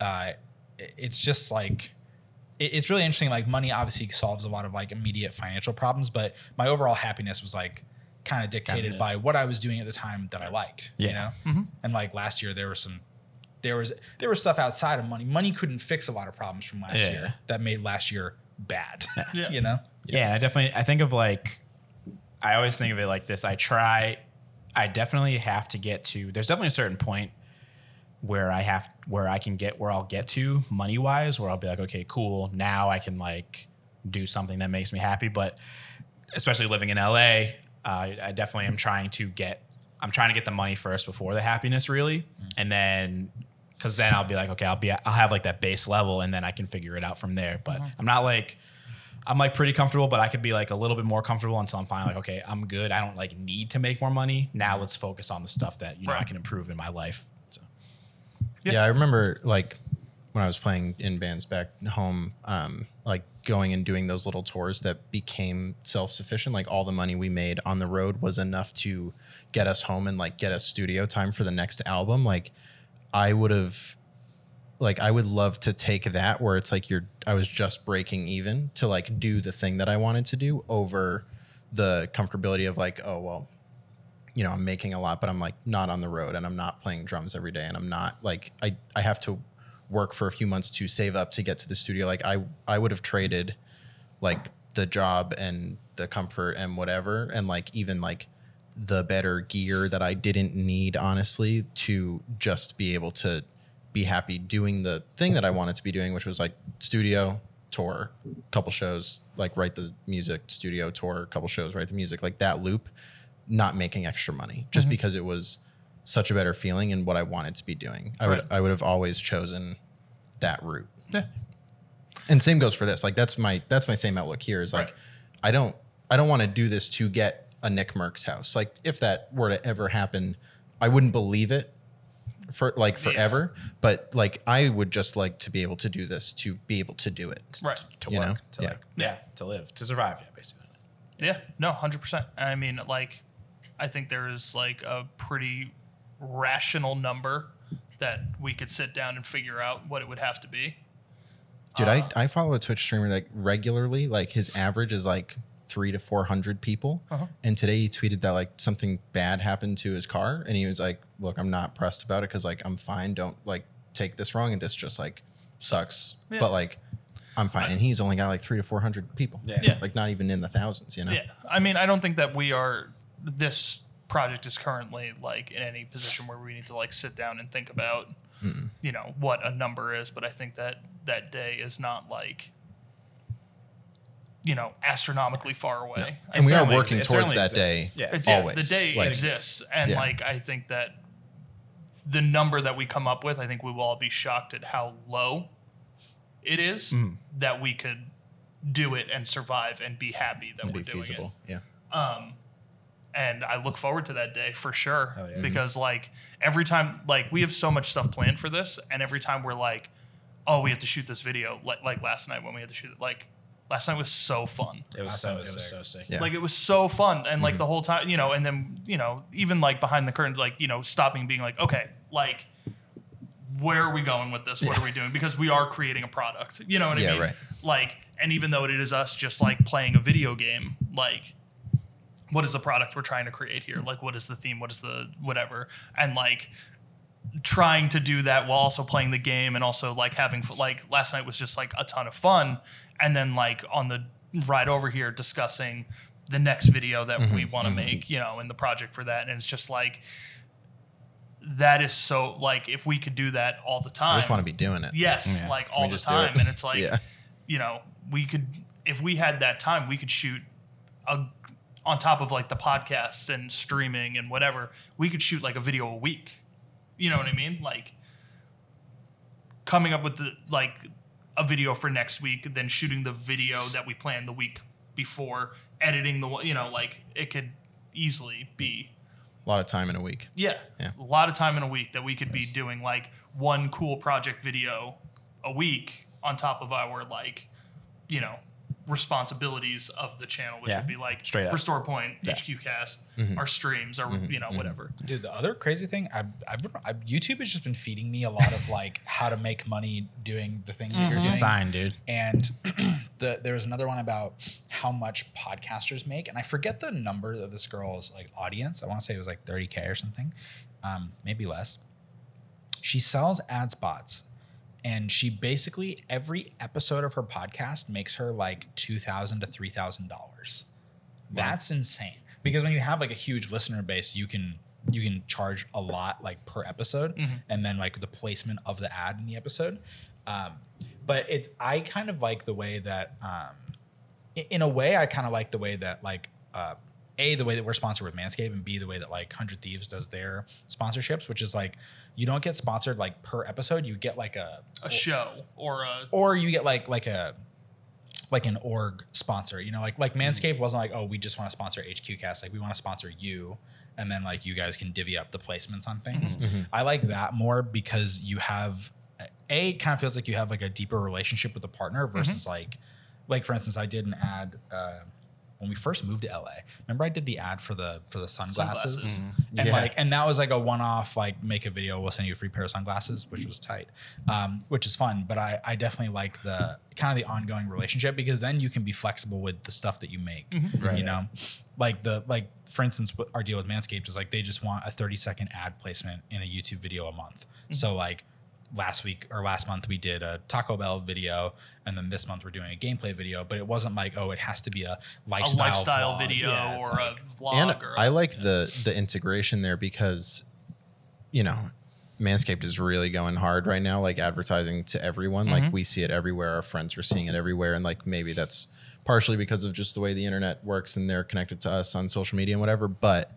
S3: Uh, it- it's just like, it- it's really interesting. Like, money obviously solves a lot of like immediate financial problems, but my overall happiness was like kind of dictated
S2: Kinda.
S3: by what I was doing at the time that I liked, you know?
S2: Yeah. Mm-hmm.
S3: And like last year, there were some. There was there was stuff outside of money. Money couldn't fix a lot of problems from last
S2: Yeah.
S3: year that made last year bad.
S1: Yeah.
S3: you know,
S2: Yeah, and I definitely I think of like I always think of it like this. I try I definitely have to get to there's definitely a certain point where I have where I can get where I'll get to money wise where I'll be like, okay, cool, now I can like do something that makes me happy. But especially living in LA, uh, I definitely am trying to get I'm trying to get the money first before the happiness really, and then because then I'll be like, okay, I'll be I'll have like that base level, and then I can figure it out from there. But I'm not like I'm like pretty comfortable, but I could be like a little bit more comfortable until I'm finally like, okay, I'm good. I don't like need to make more money. Now
S4: Mm-hmm.
S2: let's focus on the stuff that you know I
S1: Right.
S2: can improve in my life. So
S1: Yeah.
S4: Yeah, I remember like when I was playing in bands back home, um, like going and doing those little tours that became self sufficient. Like all the money we made on the road was enough to get us home and like get us studio time for the next album. Like I would have like I would love to take that where it's like you're I was just breaking even to like do the thing that I wanted to do over the comfortability of like, oh well, you know, I'm making a lot, but I'm like not on the road and I'm not playing drums every day and I'm not like I I have to work for a few months to save up to get to the studio. Like I I would have traded like the job and the comfort and whatever and like even like the better gear that I didn't need honestly to just be able to be happy doing the thing that I wanted to be doing, which was like studio tour, couple shows, like write the music, studio tour, couple shows, write the music, like that loop, not making extra money just because it was such a better feeling and what I wanted to be doing. I would
S2: Right.
S4: I would have always chosen that route.
S2: yeah,
S4: And same goes for this. Like that's my that's my same outlook here is like
S2: Right.
S4: I don't I don't want to do this to get a Nick Merck's house. Like if that were to ever happen, I wouldn't believe it for like forever. But like I would just like to be able to do this to be able to do it.
S1: Right.
S2: to
S4: You
S2: work,
S4: know?
S2: to
S4: Yeah.
S2: like yeah, to live, to survive. Yeah, basically.
S1: Yeah, no, hundred percent. I mean, like, I think there is like a pretty rational number that we could sit down and figure out what it would have to be.
S4: Dude,
S1: Uh,
S4: I, I follow a Twitch streamer like regularly. Like his average is like three to four hundred people.
S1: Uh-huh.
S4: And today he tweeted that like something bad happened to his car, and he was like, "Look, I'm not pressed about it because like I'm fine. Don't like take this wrong, and this just like sucks.
S1: Yeah.
S4: But like I'm fine." and he's only got like three to four hundred people.
S2: Yeah.
S1: Yeah.
S4: like not even in the thousands. You know.
S1: Yeah, I mean, I don't think that we are. This project is currently like in any position where we need to like sit down and think about, you know, what a number is. But I think that that day is not like, you know, astronomically far away. I
S4: And we are
S2: certainly
S4: working
S2: exi- it
S4: towards that
S2: certainly
S4: day.
S2: exists. Yeah.
S1: It's,
S4: always.
S1: Yeah, the day
S4: Like,
S1: exists, and
S4: yeah.
S1: like I think that the number that we come up with, I think we will all be shocked at how low it is
S4: Mm-hmm.
S1: that we could do it and survive and be happy that
S4: it'd
S1: we're
S4: be
S1: doing
S4: feasible. Yeah.
S1: it. And I look forward to that day for sure
S2: Oh, yeah.
S1: because like every time, like we have so much stuff planned for this, and every time we're like, oh, we have to shoot this video, like like last night when we had to shoot it, like. Last night was so fun.
S2: It was
S3: I
S2: so
S3: thought
S2: it
S3: it was
S2: was so sick.
S4: Yeah. Mm-hmm.
S1: Like it was so fun, and like the whole time, you know, and then you know, even like behind the curtains, like you know, stopping, being like, okay, like where are we going with this? What are we doing? Because we are creating a product. You know what
S4: Yeah,
S1: I mean?
S4: right.
S1: Like, and even though it is us just like playing a video game, like what is the product we're trying to create here? Like, what is the theme? What is the whatever? And like trying to do that while also playing the game and also like having f- like last night was just like a ton of fun. And then like on the ride over here discussing the next video that
S4: Mm-hmm.
S1: we want to make, you know, and the project for that. And it's just like that is so like if we could do that all the time.
S4: I just want to be doing it.
S1: yes,
S4: Yeah.
S1: like
S4: Can we
S1: all the
S4: just do it?
S1: time. And
S4: *laughs*
S1: it's like
S4: yeah.
S1: you know, we could if we had that time, we could shoot a on top of like the podcasts and streaming and whatever, we could shoot like a video a week. You know what I mean? Like coming up with the like a video for next week, then shooting the video that we planned the week before, editing the one- you know, like it could easily be
S4: A lot of time in a week.
S1: yeah.
S4: Yeah.
S1: A lot of time in a week that we could be doing like one cool project video a week on top of our like, you know, responsibilities of the channel, which
S2: Yeah.
S1: would be like
S2: Straight up.
S1: Restore Point,
S2: Yeah.
S1: HQ Cast, our streams, our you know, whatever.
S3: Dude, the other crazy thing, I've, I've been, i YouTube has just been feeding me a lot of like how to make money doing the thing that you're
S2: It's a
S3: doing.
S2: sign, dude.
S3: And *clears throat* the, there was another one about how much podcasters make, and I forget the number of this girl's like audience. I want to say it was like 30k or something, um, maybe less. She sells ad spots, and she basically every episode of her podcast makes her like two thousand to three thousand dollars. That's insane because when you have like a huge listener base, you can you can charge a lot like per episode, and then like the placement of the ad in the episode. Um, but it's I kind of like the way that um, i- in a way I kind of like the way that like uh, a the way that we're sponsored with Manscaped and b the way that like Hundred Thieves does their sponsorships, which is like you don't get sponsored like per episode, you get like a
S1: A show or a
S3: or you get like like a like an org sponsor. You know, like like Manscaped wasn't like, oh, we just want to sponsor HQcast. Like we want to sponsor you, and then like you guys can divvy up the placements on things. I like that more because you have a kind of feels like you have like a deeper relationship with the partner versus like like for instance, I did an ad. Uh, when we first moved to LA, remember I did the ad for the for the sunglasses,
S1: Sunglasses.
S3: and
S4: Yeah.
S3: like and that was like a one off like make a video, we'll send you a free pair of sunglasses, which was tight, um, which is fun. But I I definitely like the kind of the ongoing relationship because then you can be flexible with the stuff that you make,
S1: Mm-hmm.
S2: Right.
S3: you know, like the like for instance, what our deal with Manscaped is like they just want a thirty second ad placement in a YouTube video a month,
S1: Mm-hmm.
S3: so like last week or last month we did a Taco Bell video, and then this month we're doing a gameplay video. But it wasn't like oh, it has to be a
S1: a
S3: lifestyle,
S1: lifestyle
S3: vlog.
S1: video
S3: Yeah, it's
S1: or
S3: like-
S1: a vlog
S4: and
S1: or
S4: I like the the integration there because, you know, Manscaped is really going hard right now, like advertising to everyone. Like we see it everywhere. Our friends are seeing it everywhere, and like maybe that's partially because of just the way the internet works and they're connected to us on social media and whatever. But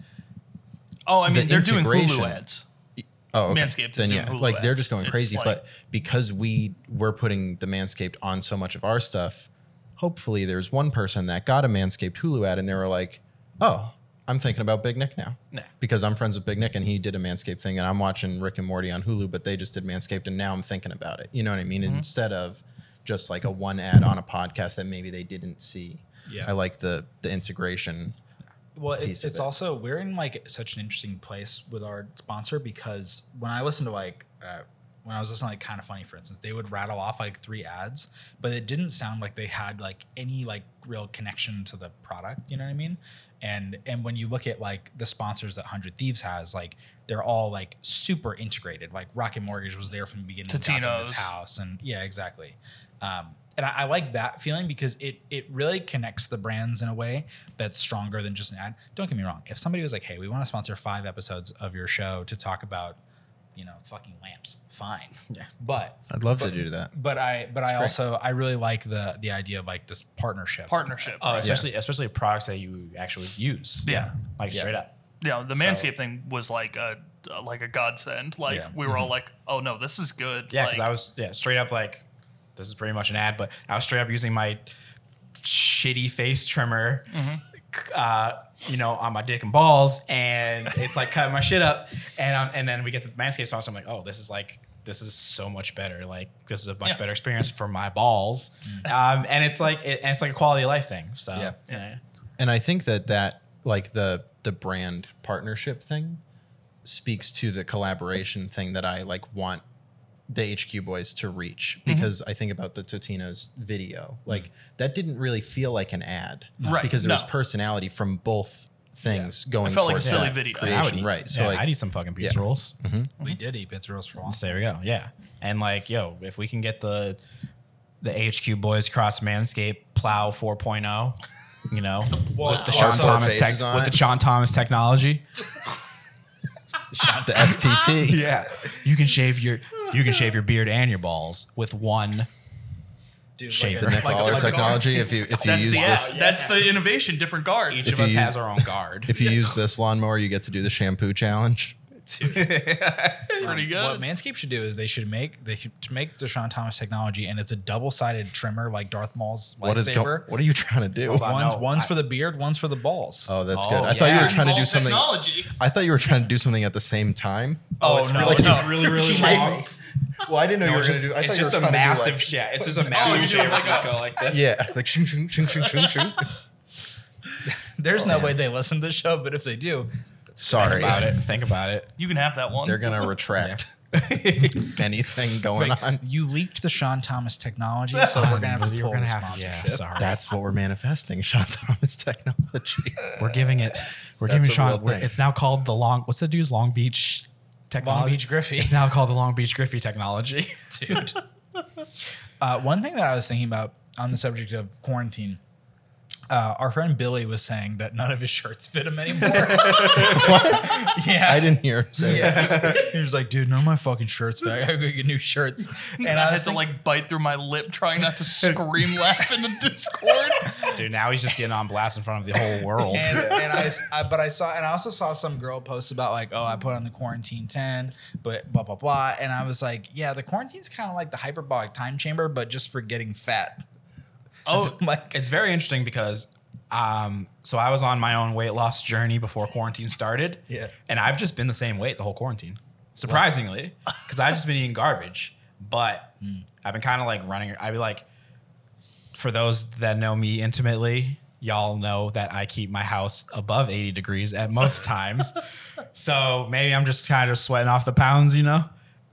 S1: oh, I mean,
S4: the
S1: they're doing
S4: integration-
S1: Hulu ads.
S4: Oh, okay.
S1: Manscaped is
S4: Then
S1: doing
S4: yeah,
S1: Hulu
S4: like they're
S1: ads.
S4: just going
S1: It's
S4: crazy.
S1: like-
S4: but because we were putting the Manscaped on so much of our stuff, hopefully there's one person that got a Manscaped Hulu ad and they were like, "Oh, I'm thinking about Big Nick now."
S2: Nah.
S4: Because I'm friends with Big Nick and he did a Manscaped thing, and I'm watching Rick and Morty on Hulu, but they just did Manscaped, and now I'm thinking about it. You know what I mean?
S1: Mm-hmm.
S4: Instead of just like a one ad on a podcast that maybe they didn't see.
S3: Yeah.
S4: I like the the integration.
S3: well
S4: piece
S3: it's,
S4: of
S3: it's
S4: it.
S3: also we're in like such an interesting place with our sponsor because when i listen to like uh, when i was listening to like kind of funny for instance they would rattle off like three ads but it didn't sound like they had like any like real connection to the product you know what i mean and and when you look at like the sponsors that 100 thieves has like they're all like super integrated like rocket mortgage was there from the beginning and got them this
S1: Totino's.
S3: house and yeah exactly um, and I, I like that feeling because it it really connects the brands in a way that's stronger than just an ad. Don't get me wrong. If somebody was like, "Hey, we want to sponsor five episodes of your show to talk about, you know, fucking lamps,"
S1: *laughs*
S3: fine. Yeah. But
S4: I'd love to do that.
S3: but I but I also I really like the the idea of like this partnership.
S1: partnership.
S2: Oh, especially especially products that you actually use.
S1: Yeah.
S2: like straight up.
S1: yeah, the
S2: So-
S1: Manscaped thing was like a like a godsend. Like
S2: Yeah.
S1: we were all like, "Oh no, this is good."
S2: Yeah,
S1: like,
S2: because I was yeah straight up like, this is pretty much an ad, but I was straight up using my shitty face trimmer, uh, you know, on my dick and balls, and it's like cutting my shit up, and um, and then we get the Manscaped song, so I'm like, oh, this is like. This is so much better. Like this is a much
S1: Yeah.
S2: better experience for my balls, um, and it's like it, and it's like a quality of life thing. So
S3: Yeah.
S2: yeah.
S4: and I think that that like the the brand partnership thing speaks to the collaboration thing that I like want the HQ boys to reach
S1: Mm-hmm.
S4: because I think about the Totino's video like that didn't really feel like an ad
S1: Right,
S4: because there was
S1: no.
S4: personality from both things going
S1: It felt like
S4: towards
S1: a silly
S4: that
S1: video.
S2: I would
S4: creation
S2: eat-
S4: right so
S2: yeah,
S4: like
S2: I need some fucking pizza
S4: yeah.
S2: rolls.
S1: Mhm.
S3: We did eat pizza rolls for a while.
S2: So there we go. Yeah. And like, yo, if we can get the the HQ boys cross Manscape plow 4.0, you know, with the Sean
S4: Our
S2: Thomas
S4: faces
S2: tech,
S4: on
S2: with the
S4: it.
S2: Sean Thomas technology,
S1: *laughs*
S4: the
S1: oh,
S4: STT
S2: yeah, you can shave your you can shave your beard and your balls with one.
S3: Dude,
S2: Shave
S3: a-
S2: the neck
S3: a-
S4: all our
S3: a
S4: technology if you if you
S1: that's
S4: use
S1: the
S4: this
S1: ad. that's the innovation. Different guard.
S2: Each
S4: If
S2: of
S4: you
S2: us
S4: use-
S2: has our own guard.
S4: if you use this lawnmower you get to do the shampoo challenge
S1: pretty
S3: What
S1: good.
S3: Manscaped should do is they should make they should make Deshaun Thomas technology, and it's a double sided trimmer like Darth Maul's
S4: what is going
S3: lightsaber.
S4: what are you trying to do
S2: on.
S3: one's
S2: No,
S3: one's
S2: I-
S3: for the beard, one's for the balls.
S4: oh that's
S2: Oh,
S4: good I thought you
S2: yeah.
S4: were trying to do
S1: Involve
S4: something
S1: Technology.
S4: I thought you were trying to do something at the same time.
S3: Oh, it's really-
S1: no.
S2: *laughs* really,
S4: *laughs*
S2: really long.
S4: Well, I didn't know you were
S2: It's
S4: going to
S2: just,
S4: do. I
S2: it's
S4: thought you were
S2: just a
S4: trying to do,
S2: massive shit. It's
S4: *laughs*
S2: just a
S1: you're
S2: massive
S1: doing
S2: shit.
S1: like
S2: It's just
S1: a-
S2: go like this.
S4: Like, yeah, like shing, shing, shing, shing,
S2: *laughs*
S4: shing, shing,
S3: There's no way they listen to the show, but if they do,
S2: Think
S4: Sorry,
S2: about it. Think about it.
S1: You can have that one.
S4: they're going
S2: *laughs*
S4: to retract anything going on.
S3: you leaked the Sean Thomas technology, so we're gonna have to pull the sponsorship.
S2: sorry.
S4: That's what we're manifesting, Sean Thomas technology.
S2: We're giving it. We're
S4: That's
S2: giving
S4: a
S2: Sean.
S4: real
S2: we're-
S4: thing.
S2: It's now called the Long. What's the dude's Long Beach technology?
S3: Beach Griffey.
S2: It's now called the Long Beach Griffey technology.
S3: dude. uh, one thing that I was thinking about on the subject of quarantine, uh, our friend Billy was saying that none of his shirts fit him anymore. Yeah,
S4: I didn't hear him say that.
S3: Yeah. he was like, dude, none of my fucking shirts fit. I gotta go get
S1: *laughs*
S3: new shirts. And
S1: I,
S3: I,
S1: had
S3: was
S1: to
S3: like,
S1: like bite through my lip, trying not
S4: *laughs*
S1: to scream laugh in the Discord.
S2: Dude, now he's just getting on blast in front of the whole world. *laughs*
S3: and, and I, s- I- but I saw, and I also saw some girl post about like, oh, I put on the quarantine ten, but blah blah blah, and I was like, yeah, the quarantine's kind of like the hyperbolic time chamber, but just for getting fat. *laughs*
S2: Oh,
S4: like-
S2: it's very interesting because um, so I was on my own weight loss journey before quarantine started.
S4: Yeah.
S2: And I've just been the same weight the whole quarantine, surprisingly, because I've just been eating garbage. But
S4: Hmm.
S2: I've been kind of like running. I'd be like, for those that know me intimately, y'all know that I keep my house above 80 degrees at
S4: *laughs*
S2: most times. So maybe I'm just kind of sweating off the pounds, you know?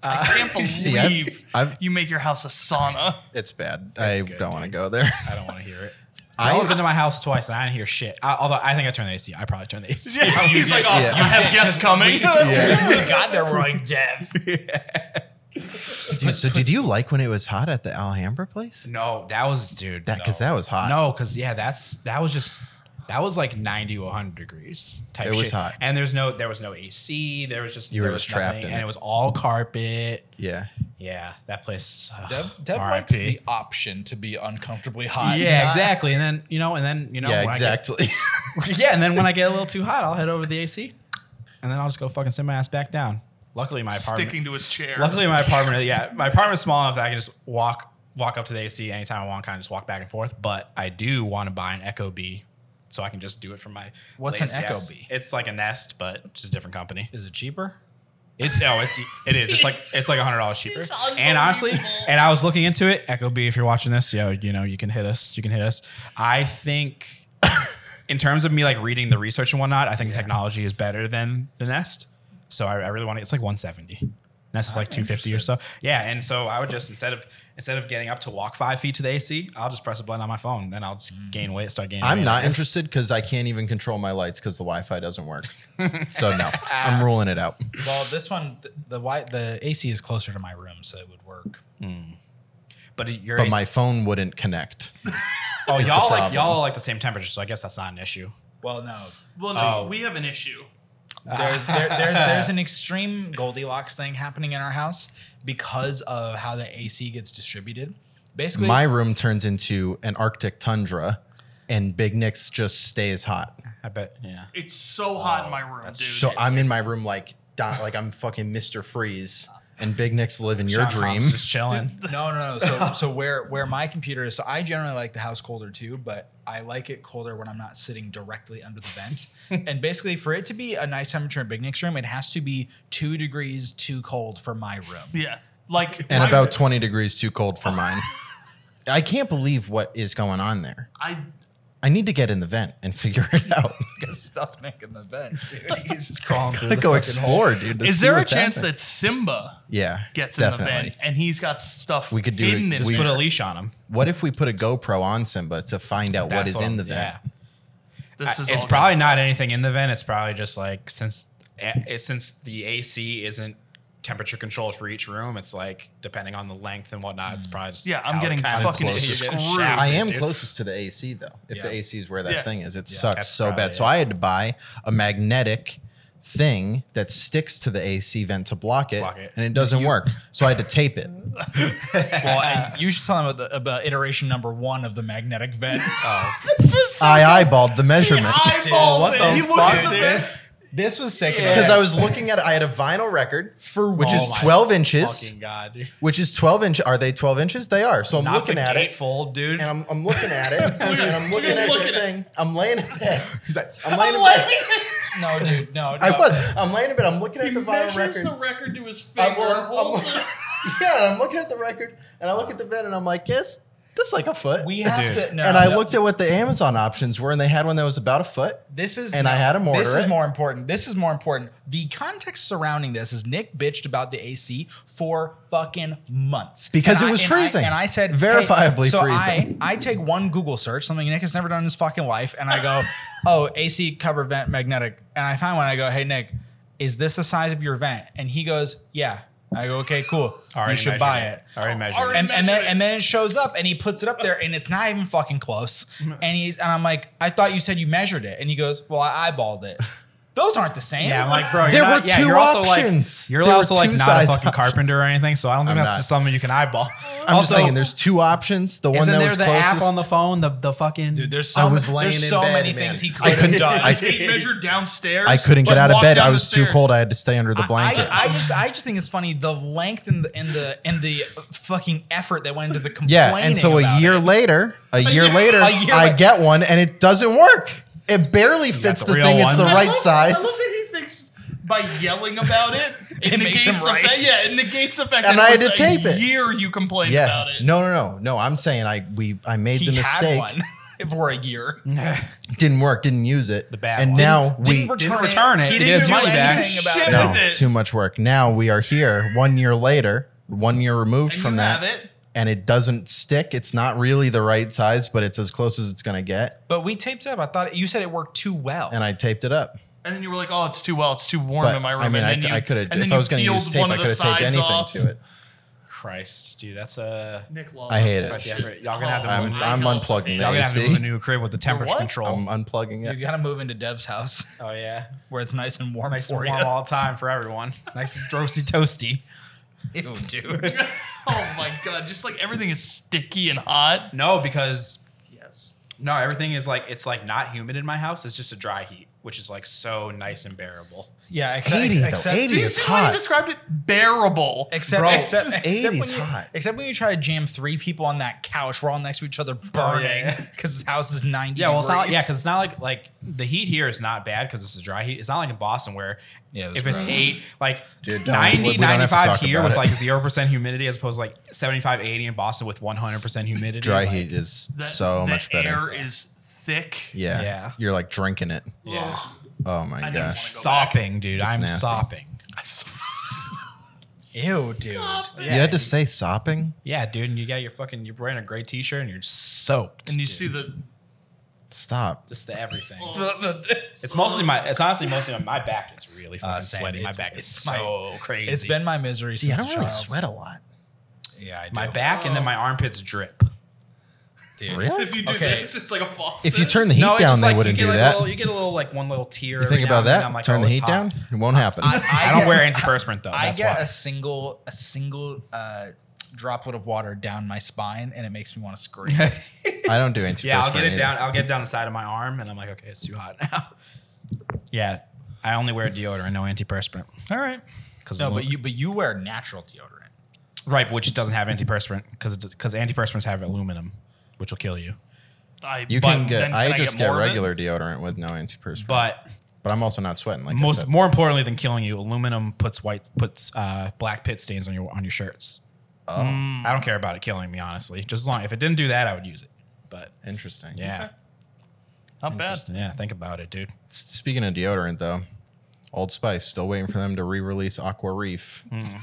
S1: I can't believe
S4: Uh, *laughs* See, I've- I've-
S1: you make your house a sauna.
S4: It's bad. I
S2: good,
S4: don't want to
S2: dude.
S4: go there.
S2: I don't want to hear it.
S4: I-
S2: I have been to my house twice and I didn't hear shit. I, although I think I turned the AC. I probably turned the AC.
S1: Yeah, *laughs* he's like, oh,
S4: *laughs* *laughs* yeah.
S1: I have guests
S4: *laughs*
S1: coming.
S2: we got there, we're like, Dev.
S4: Dude, so did you like when it was hot at the Alhambra place?
S2: No, that was dude.
S4: That because
S2: no.
S4: that was hot.
S2: No, because yeah, that's that was just that was like ninety to hundred degrees type.
S4: It was
S2: shit.
S4: hot.
S2: and there's no there was no AC. There was just
S4: You were
S2: there
S4: just
S2: was
S4: trapped
S2: nothing,
S4: in
S2: and
S4: it.
S2: it was all carpet.
S4: Yeah.
S2: Yeah, that place. ugh,
S5: Dev, Dev likes
S2: R.I.P..
S5: the option to be uncomfortably hot.
S2: Yeah,
S5: Not-
S2: exactly. And then you know, and then you know,
S4: yeah.
S2: when I get-
S4: Exactly.
S2: *laughs* yeah, and then when I get a little too hot, I'll head over to the AC, and then I'll just go fucking sit my ass back down. Luckily, my
S1: *laughs*
S2: apartment.
S1: Sticking to his chair.
S2: Luckily, my apartment, yeah, my apartment's small enough that I can just walk walk up to the AC anytime I want, kind of just walk back and forth. But I do want to buy an Echo Bee, so I can just do it from my.
S3: What's an
S2: lazy
S3: Echo
S2: ass-
S3: Bee?
S2: It's like a Nest, but just a different company.
S3: Is it cheaper?
S2: It's no, it's it is. It's like it's like hundred dollars cheaper. And honestly, and I was looking into it. Echo B, if you're watching this, yo, you know, you can hit us. You can hit us. I think, in terms of me like reading the research and whatnot, I think technology is better than the Nest. So I, I really want to. It's like one seventy. Nest is like
S4: Ah,
S2: two fifty or so. Yeah, and so I would just instead of instead of getting up to walk five feet to the AC, I'll just press a button on my phone, then I'll just gain weight, start gaining. weight,
S4: Mm. I'm
S2: I
S4: not
S2: guess.
S4: interested because I can't even control my lights because the Wi-Fi doesn't
S1: *laughs*
S4: work. so no, I'm ruling it out.
S3: Well, this one, th- the wi- the AC is closer to my room, so it would work.
S2: But your
S4: But
S2: AC
S4: my phone wouldn't connect.
S2: oh
S4: is the
S2: y'all like
S4: problem.
S2: y'all are like the same temperature, so I guess that's not an issue.
S3: Well, no,
S1: Well, no,
S2: Oh.
S1: we have an issue.
S3: there's there, there's there's an extreme Goldilocks thing happening in our house because of how the AC gets distributed. Basically,
S4: My room turns into an Arctic tundra, and Big Nick's just stays hot.
S2: I bet. Yeah.
S1: It's so hot in my room, dude.
S4: So I'm in my room like di- like I'm fucking Mister Freeze, and Big Nick's living your
S2: Sean
S4: dream.
S2: Combs just chilling.
S4: *laughs*
S3: No, no, no. *laughs* So, so where where my computer is, so I generally like the house colder too, but I like it colder when I'm not sitting directly under the *laughs* vent. and basically, for it to be a nice temperature in Big Nick's room, it has to be two degrees too cold for my room. *laughs*
S1: yeah, like
S4: and
S1: my-
S4: about 20 degrees too cold for mine.
S1: *laughs*
S4: I can't believe what is going on there.
S1: I
S4: I need to get in the vent and *laughs* figure it out.
S3: Stuff Nick in the vent, dude.
S2: Jesus crawling through
S4: I go explore, dude. to
S1: is
S4: see
S1: there a
S4: what's
S1: chance
S4: happening.
S1: that Simba
S4: yeah
S1: gets
S4: definitely.
S1: in the vent and he's got stuff
S4: We could do it-
S1: hidden in
S4: just
S2: Just
S1: there?
S2: put a leash on him.
S4: What if we put a GoPro on Simba to find out what is in the vent?
S1: This is
S2: It's
S1: all
S2: probably not anything in the vent. It's probably just like since eh, since the AC isn't temperature controlled for each room, it's like depending on the length and whatnot. It's probably just
S1: Yeah, I'm
S2: how
S1: getting
S2: kind of
S1: fucking
S2: close you get.
S1: screwed.
S2: Shafted,
S4: I am
S2: dude.
S4: closest to the AC though. If the
S2: Yeah.
S4: AC is where that
S1: Yeah.
S4: thing is, it
S2: That's
S4: sucks so
S2: probably
S4: bad. So
S2: it.
S4: I had to buy a magnetic thing that sticks to the AC vent to block it,
S2: Block it.
S4: and it doesn't work. So I had to tape it.
S3: *laughs* Well, and you should tell him about, the, about iteration number one of the magnetic *laughs* vent. Oh,
S1: This was so
S4: I eyeballed the measurement.
S1: eyeballs.
S2: the
S1: it. He looks
S2: fuck,
S1: at the
S2: dude?
S1: vent.
S3: this was sick
S4: because I was looking at it. I had a vinyl record for which is
S2: Oh my
S4: 12 inches,
S2: Fucking god, dude.
S4: which is 12 inch. Are they 12 inches? They are. So I'm
S2: Not
S4: looking
S2: the
S4: at it.
S2: gatefold, dude.
S4: And I'm, I'm looking at it, and I'm looking at the thing. I'm laying in bed.
S2: He's like,
S4: I'm laying in bed.
S3: no, dude, *laughs* no,
S4: I
S3: no.
S4: was. I'm laying in bed. I'm looking
S1: He
S4: at the vinyl
S1: measures
S4: record.
S1: the record to his finger.
S4: I'm, I'm-
S1: holds
S4: I'm-
S1: it.
S4: *laughs* yeah, and I'm looking at the record, and I look at the bed, and I'm like, yes, that's like a foot.
S3: We have
S2: Dude.
S3: to. No,
S4: and I
S3: no.
S4: looked at what the Amazon options were, and they had one that was about a foot.
S3: This is
S4: And I had him
S3: This
S4: order
S3: is
S4: it.
S3: more important. This is more important. The context surrounding this is Nick bitched about the AC for fucking months
S4: Because
S3: And
S4: it was
S3: and
S4: freezing.
S3: and I said hey,
S4: Verifiably
S3: so
S4: freezing.
S3: I, I take one Google search, something Nick has never done in his fucking life, and I
S4: *laughs*
S3: go, "Oh, AC cover vent magnetic," and I find one. I go, "Hey Nick, is this the size of your vent?" And he goes, "Yeah." I go, "Okay, cool. you should
S2: measured
S3: buy it."
S2: Already measured
S1: Already-
S2: it.
S3: and, and then
S1: Measure it.
S3: and then it shows up and he puts it up there and it's not
S4: *laughs*
S3: even fucking close. And he's and I'm like, I thought you said you measured it. And he goes, Well, I eyeballed it. Those aren't the same.
S2: Yeah, I'm like, bro, you're
S4: There
S2: not,
S4: were
S2: yeah,
S4: two
S2: you're also
S4: options.
S2: Like, you're
S4: There were
S2: also like
S4: two
S2: not a
S4: size
S2: fucking
S4: options.
S2: carpenter or anything, so I don't think
S4: I'm
S2: that's
S4: not.
S2: just something you can eyeball.
S4: *laughs* I'm just thinking there's two options. The one
S2: isn't
S4: that
S2: there
S4: was
S2: the
S4: closest.
S2: app on the phone? The the fucking
S3: Dude, there's
S4: I
S3: so,
S4: was
S3: many-
S4: laying
S3: there's
S4: in
S3: so
S4: bed,
S3: many
S4: man.
S3: things he could
S4: I
S3: have
S4: couldn't-
S3: done.
S1: I
S4: I-
S1: tape measured downstairs.
S4: I couldn't
S1: Just
S4: get out of
S1: walk
S4: bed.
S1: down
S4: I
S1: the
S4: was too
S1: stairs.
S4: cold. I had to stay under the blanket.
S3: I, I just I just think it's funny the length and the and the and the fucking effort that went into the
S4: *laughs*
S3: complaining.
S4: yeah, and so a
S3: about
S4: year
S3: it.
S4: later, a year
S3: year-
S4: later,
S3: a year
S4: I
S3: la-
S4: get one and it doesn't work. It barely fits
S2: the
S4: the,
S2: real
S4: thing. It's
S2: one?
S4: the
S1: I
S4: right
S1: love-
S4: size.
S1: I love that he thinks by yelling about it, it,
S3: It
S1: negates
S3: makes him
S1: the
S3: right.
S1: fact. Yeah, it negates the fact.
S4: And
S1: that
S4: I
S1: it
S4: had
S1: was
S4: to
S1: a
S4: tape it.
S1: Year you complained
S4: Yeah.
S1: about it.
S4: No, no, no, no. I'm saying I we I made
S3: he
S4: the
S3: had
S4: mistake.
S3: one *laughs* for a year.
S4: *laughs* Didn't work. Didn't use it. The
S2: bad
S4: And
S2: one.
S4: now we
S3: Didn't
S2: didn't return it.
S3: He
S2: He
S3: didn't
S2: gets
S3: do
S2: money back.
S3: anything about
S1: Shit.
S3: it.
S4: no
S1: with it.
S4: too much work. Now we are here one year later, one year removed
S1: And
S4: from
S1: you
S4: that,
S1: have it.
S4: and it doesn't stick. It's not really the right size, but it's as close as it's gonna get.
S3: But we taped up. I thought you said it worked too well.
S4: And I taped it up.
S1: And then you were like, "Oh, it's too well. It's too warm
S4: But
S1: in my room."
S4: I mean,
S1: and
S4: I,
S1: then you,
S4: could have.
S1: and then
S4: If I
S1: you
S4: was gonna
S1: peeled
S4: use tape,
S1: one
S4: I
S1: of
S4: could
S1: the
S4: have taped
S1: sides
S4: anything
S1: off.
S4: to it.
S2: Christ, dude, that's a
S1: Nick Law.
S4: I hate
S1: That's
S4: it.
S1: my shit.
S2: Y'all gonna have to
S1: Oh,
S2: move-
S1: Nick
S4: I'm
S1: also
S4: unplugging
S1: hates
S4: that.
S2: y'all gonna have to
S4: see? Um,
S2: move a new crib with the temperature
S1: what?
S2: control.
S4: I'm unplugging
S3: you
S4: it.
S3: gotta move into Dev's house *laughs*
S2: oh yeah,
S3: where it's nice and warm
S2: nice and
S3: for
S2: warm all the time for everyone. Nice and roasty toasty.
S3: you. Ew,
S2: *laughs*
S3: dude.
S1: it. oh my god! Just like everything is sticky and hot.
S2: No, because
S1: Yes.
S2: no, everything is like it's like not humid in my house. It's just a dry heat, which is like so nice and bearable.
S3: *laughs* Yeah, except
S4: 80 though.
S3: except,
S4: 80
S1: Do you
S4: It's
S1: see the way you
S4: hot.
S1: described it? Bearable.
S3: Except,
S2: Bro,
S3: except, except
S4: 80 is
S3: when you,
S4: hot.
S3: Except when you try to jam three people on that couch, we're all next to each other burning
S2: Oh, yeah.
S3: because his house is ninety.
S2: Yeah, well, it's
S3: degrees.
S2: not. Yeah, because it's not like like the heat here is not bad because it's a dry heat. It's not like in Boston where
S3: Yeah, it was
S2: if it's
S3: gross.
S2: eight, like
S4: Dude, don't- we- we
S2: 90,
S4: don't have to
S2: 95
S4: talk
S2: here
S4: about
S2: with
S4: it.
S2: like zero percent humidity as opposed to like 75, 80 in Boston with 100 percent humidity.
S4: Dry
S2: like,
S4: heat is
S1: The-
S4: so
S1: the
S4: much better.
S1: Air is thick.
S4: Yeah.
S2: Yeah.
S4: You're like drinking it.
S2: Yeah,
S4: Oh my
S1: need
S4: gosh.
S2: sopping, dude. I'm
S4: nasty.
S2: sopping.
S3: ew, dude.
S4: You had to say sopping?
S2: Yeah, dude, and you got your fucking you're wearing a gray T-shirt and you're soaked.
S1: And you see Oh. the
S4: Stop.
S2: just the everything.
S3: The- the-
S2: It's mostly my. It's honestly mostly my, my back. It's really fucking
S3: same.
S2: sweaty. My
S3: Uh, It's-
S2: back is
S3: it's my-
S2: so crazy.
S3: it's been my misery
S4: See, I
S3: since
S4: don't
S3: a
S4: really
S3: child.
S4: sweat a lot.
S3: Yeah, I do.
S2: my back, and then my armpits drip.
S3: dude.
S1: if you do
S3: Okay.
S1: this, it's like a faucet.
S4: If you turn the heat
S2: No, it's
S4: down,
S2: just
S4: they
S2: like
S4: wouldn't
S2: you get
S4: do
S2: like
S4: that.
S2: A little, you get a little like one little tear.
S4: You think
S2: every
S4: about
S2: now and then.
S4: that?
S2: I'm like,
S4: Turn
S2: oh,
S4: the
S2: it's
S4: heat
S2: hot.
S4: down? It won't happen.
S2: *laughs* I don't wear antiperspirant though.
S3: I
S2: that's
S3: get
S2: why.
S3: a single a single uh, droplet of water down my spine, and it makes me want
S2: *laughs*
S3: to scream.
S4: *laughs* I don't do antiperspirant.
S2: yeah, I'll get it
S4: either.
S2: down. I'll get it down the side of my arm, and I'm like, okay, it's too hot *laughs* now. yeah, I only wear deodorant, no antiperspirant. All right. Because
S3: no, but you but you wear natural deodorant.
S2: right, which doesn't have antiperspirant because because antiperspirants have aluminum, which will kill you.
S1: I,
S4: You
S1: but
S4: can get.
S1: then
S4: I
S1: can
S4: just
S1: get,
S4: get,
S1: more of it?
S4: regular deodorant with no antiperspirant. But,
S2: But
S4: I'm also not sweating like I
S2: most
S4: said.
S2: more importantly than killing you, aluminum puts white puts uh, black pit stains on your on your shirts. Oh. I don't care about it killing me, honestly. Just as long if it didn't do that, I would use it. But
S4: Interesting.
S2: yeah.
S1: Not bad.
S2: Interesting. Yeah, think about it, dude.
S4: S- Speaking of deodorant, though, Old Spice still waiting for them to re-release Aqua Reef.
S2: Hmm.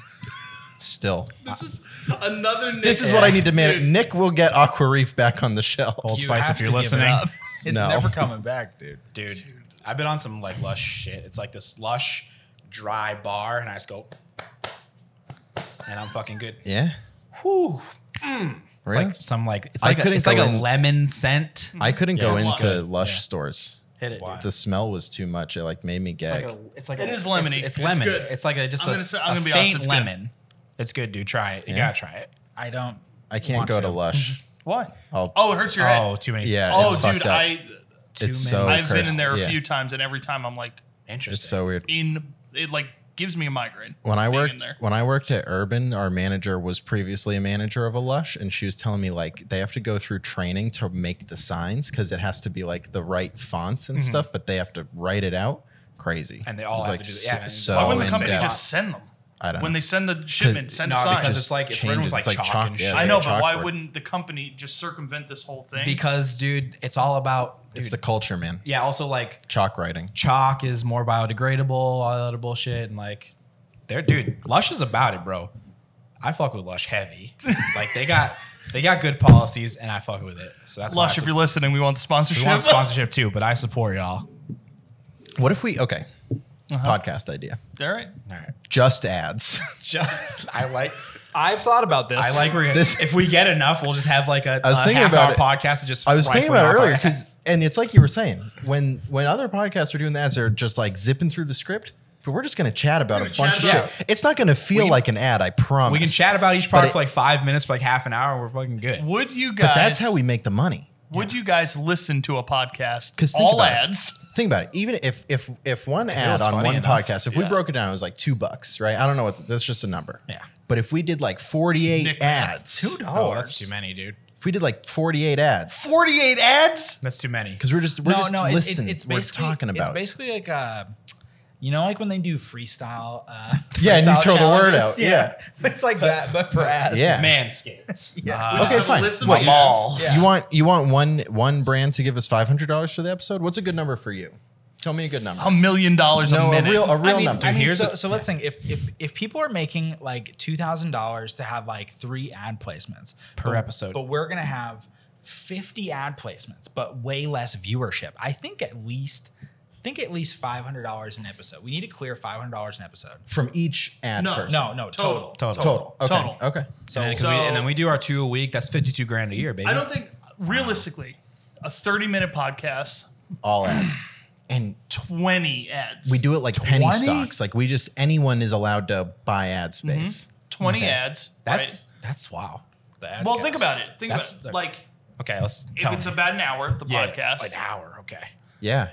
S4: Still,
S1: This is another. Nick.
S4: this is what I need to manage. Nick will get Aqua Reef back on the shelf.
S2: Old
S3: You
S2: Spice,
S3: have
S2: if you're
S3: to give it
S2: listening.
S3: up. *laughs* it's
S4: No.
S3: never coming back, dude.
S2: Dude, I've been on some like lush shit. It's like this lush, dry bar, and I just go, and I'm fucking good.
S4: Yeah.
S2: Whew. It's
S4: Really?
S2: like some like it's
S4: I
S2: like a,
S4: couldn't
S2: it's like
S4: go
S2: a
S4: in- Hmm.
S2: lemon scent.
S4: I couldn't go
S2: it's
S4: into
S2: good.
S4: Lush
S2: Yeah.
S4: stores.
S2: Hit it. dude.
S4: The smell was too much. It like made me
S2: It's
S4: gag.
S2: like a, it's like
S1: It
S2: a-
S1: is lemony.
S2: It's, it's
S1: It's
S2: lemony.
S1: good.
S2: It's like a just
S1: I'm
S2: a,
S1: gonna say- I'm
S2: a
S1: gonna be honest,
S2: faint
S1: it's good.
S2: lemon. It's good, dude. Try it. You
S4: Yeah?
S2: gotta try it.
S3: I don't.
S4: I can't
S3: want
S4: go to Lush.
S2: What?
S4: I'll,
S1: Oh, it hurts your head.
S2: Oh, too many.
S4: Yeah,
S2: Oh,
S1: Oh,
S4: it's fucked
S1: dude,
S4: up.
S1: I
S4: it's
S2: too
S4: so.
S2: many.
S1: I've been in
S4: cursed.
S1: there a
S4: Yeah.
S1: few times, and every time I'm like
S2: interesting.
S4: It's so weird.
S1: in. It like gives me a migraine.
S4: when I
S1: being
S4: worked
S1: in there.
S4: when I worked at Urban, our manager was previously a manager of a Lush, and she was telling me like they have to go through training to make the signs because it has to be like the right fonts and stuff, but they have to write it out. Crazy.
S2: Mm-hmm. And they all
S4: It was,
S2: have
S4: like
S2: to do that.
S4: so,
S2: Yeah, and
S4: so
S2: why
S1: Why wouldn't
S4: in
S1: the company
S4: depth.
S1: just send them?
S4: I don't
S1: When
S4: know.
S1: they send the shipment, send
S2: no,
S1: a sign.
S2: because it's like it's written
S4: changes.
S2: with like,
S4: It's like
S2: chalk,
S4: chalk,
S2: and
S4: yeah,
S2: shit.
S4: it's
S1: I know, but why
S4: chalkboard.
S1: wouldn't the company just circumvent this whole thing?
S2: Because, dude, it's all about. Dude,
S4: it's the culture, man.
S2: yeah, also like
S4: Chalk writing.
S2: chalk is more biodegradable, all that other bullshit, and like, they're dude, Lush is about it, bro. I fuck with Lush *laughs* heavy. like they got they got good policies, and I fuck with it. So that's why I
S1: Lush, if
S2: sup-
S1: you're listening, we want the sponsorship.
S2: we want sponsorship too, but I support y'all.
S4: What if we okay?
S2: Uh-huh.
S4: Podcast idea.
S1: *laughs* All right.
S4: *laughs*
S2: All right,
S4: Just ads.
S2: I like
S3: I've thought about this.
S2: I
S3: *laughs*
S2: like we're gonna,
S4: This-
S2: if we get enough, we'll just have like a,
S4: was
S2: a
S4: thinking
S2: half
S4: about
S2: hour
S4: it.
S2: podcast and just
S4: I was thinking
S2: rifling off
S4: about it
S2: our *laughs*
S4: earlier
S2: heads.
S4: because, and it's like you were saying, when when other podcasts are doing that, they're just like zipping through the script. But we're just gonna chat about a bunch of
S2: about
S4: shit. It's not gonna feel like an ad. I promise.
S2: we can chat about each part
S4: it-
S2: for like five minutes, for like half an hour, and we're fucking good.
S1: Would you guys?
S4: But that's how we make the money.
S1: Would you guys listen to a podcast?
S4: 'Cause think
S1: all
S4: about it.
S1: ads.
S4: Think about it. Even if if if one ad on
S2: funny
S4: one
S2: enough,
S4: podcast, if we
S1: yeah.
S4: broke it down, it was like two bucks, right? I don't know what that's just a number. Yeah. But if we did like forty eight
S1: Nick,
S4: ads,
S2: Oh, that's too many, dude.
S4: if we did like forty eight ads,
S1: Forty-eight ads.
S2: That's too many.
S4: because we're just we're just
S3: it- it-
S4: listening. we're
S3: basically-
S4: talking
S3: It's
S4: about.
S3: basically like uh you know, like when they do freestyle. Uh,
S4: *laughs* Yeah, and you
S3: freestyle
S4: throw the word
S3: challenges? *laughs*
S4: out,
S3: it's like that, but for ads.
S4: yeah.
S2: Manscaped.
S1: We
S2: Yeah.
S1: just
S4: okay,
S1: have a
S4: fine.
S1: list of
S4: What,
S1: ads.
S2: balls.
S4: You want you want one one brand to give us five hundred dollars for the episode? What's a good number for you? Tell me a good number.
S1: A million dollars a
S4: no, a
S1: minute.
S4: real a real
S3: I mean,
S4: number.
S3: I mean,
S2: here's
S3: so,
S2: a-
S3: so let's think if if if people are making like two thousand dollars to have like three ad placements
S2: Per
S3: but-
S2: episode.
S3: but we're gonna have fifty ad placements, but way less viewership. I think at least think at least five hundred dollars an episode. We need to clear five hundred dollars an episode.
S4: from each ad
S1: No,
S4: person.
S3: No, no, total.
S1: Total.
S2: Total.
S4: Total. Okay.
S1: Total.
S4: Okay.
S2: So, and, then, 'cause we, and then we do our two a week. That's fifty-two grand a year, baby.
S1: I don't think realistically a thirty-minute podcast,
S4: All ads. And
S1: twenty ads.
S4: we do it like penny
S3: 20?
S4: stocks. Like we just anyone is allowed to buy ad space.
S1: twenty ads.
S2: That's that's wow.
S3: The ad
S1: right? well. Think
S3: counts.
S1: about it. Think
S2: That's
S1: about
S2: the-
S1: it. like
S2: Okay, let's
S1: if
S2: tell
S1: it's
S2: me.
S1: about an hour, the
S2: Yeah,
S1: podcast.
S2: an hour. Okay.
S4: Yeah.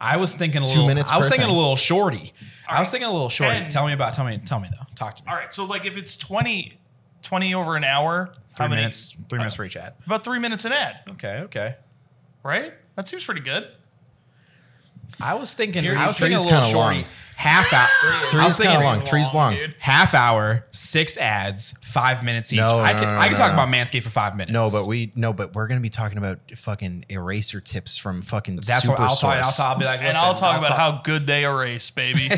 S2: I was thinking a
S4: Two
S2: little.
S4: minutes
S2: I was
S4: per
S2: thinking
S4: thing.
S2: a little shorty. I
S1: right.
S2: was thinking a little shorty.
S1: Ten.
S2: Tell me about. Tell me. Tell me though. Talk to me.
S1: All right. So like if it's 20, 20 over an hour,
S2: Three
S1: how many-
S2: minutes. Three minutes for each ad.
S1: About three minutes an ad,
S2: Okay. Okay.
S1: right? That seems pretty good.
S2: I was thinking.
S4: Three-
S2: I was thinking a
S4: three's
S2: little
S4: kinda
S2: shorty.
S4: long.
S2: Half *laughs* hour. I was
S4: Three's kind
S2: thinking
S4: of long. Three's long.
S1: dude.
S2: half hour, six ads, five minutes each.
S4: No,
S2: I
S4: no,
S2: could
S4: no,
S2: I could
S4: no,
S2: talk
S4: no.
S2: about Manscaped for five minutes.
S4: No, but we no, but we're gonna be talking about fucking eraser tips from fucking
S2: that's
S4: super
S2: what I'll
S4: source.
S2: talk. I'll, talk, I'll be like,
S1: and
S2: listen,
S1: I'll talk about how good they erase, baby.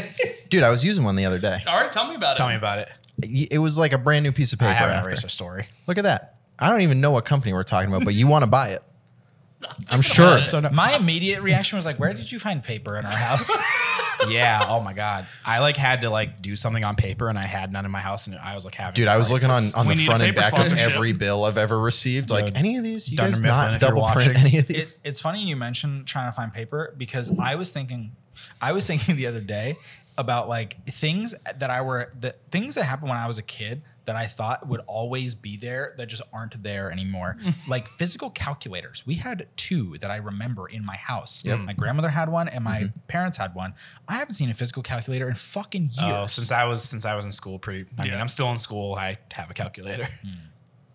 S4: Dude, I was using one the other day.
S1: *laughs* All right, tell me about
S2: Tell
S1: it.
S2: me about it.
S4: Y- It was like a brand new piece of paper.
S2: I have an
S4: after.
S2: eraser story.
S4: Look at that. I don't even know what company we're talking about, but you want to buy it. I'm
S1: about
S4: sure.
S1: it.
S4: So no,
S3: My immediate reaction was like, "Where did you find paper in
S4: *laughs*
S3: our house?"
S2: *laughs* yeah. Oh my god. I like had to like do something on paper, and I had none in my house, and I was like having.
S4: Dude,
S2: a
S4: I was looking on,
S2: crisis.
S4: on
S1: We
S4: the
S1: need a
S4: front and
S1: paper
S4: back of
S1: sponsorship.
S4: every bill I've ever received. Like any of these, you
S2: Dunder
S4: guys
S2: Mifflin,
S4: not
S2: if you're
S4: double print
S2: watching.
S4: any of these.
S3: it's it's funny you mentioned trying to find paper because I was thinking, I was thinking *laughs* the other day about like things that I were the things that happened when I was a kid that I thought would always be there that just aren't there anymore.
S1: Mm.
S3: like physical calculators, we had two that I remember in my house. My grandmother had one and my
S1: Mm-hmm.
S3: parents had one. I haven't seen a physical calculator in fucking years.
S2: Oh, since I was since I was in school, pretty. I mean,
S1: Yeah.
S2: I'm still in school. I have a calculator.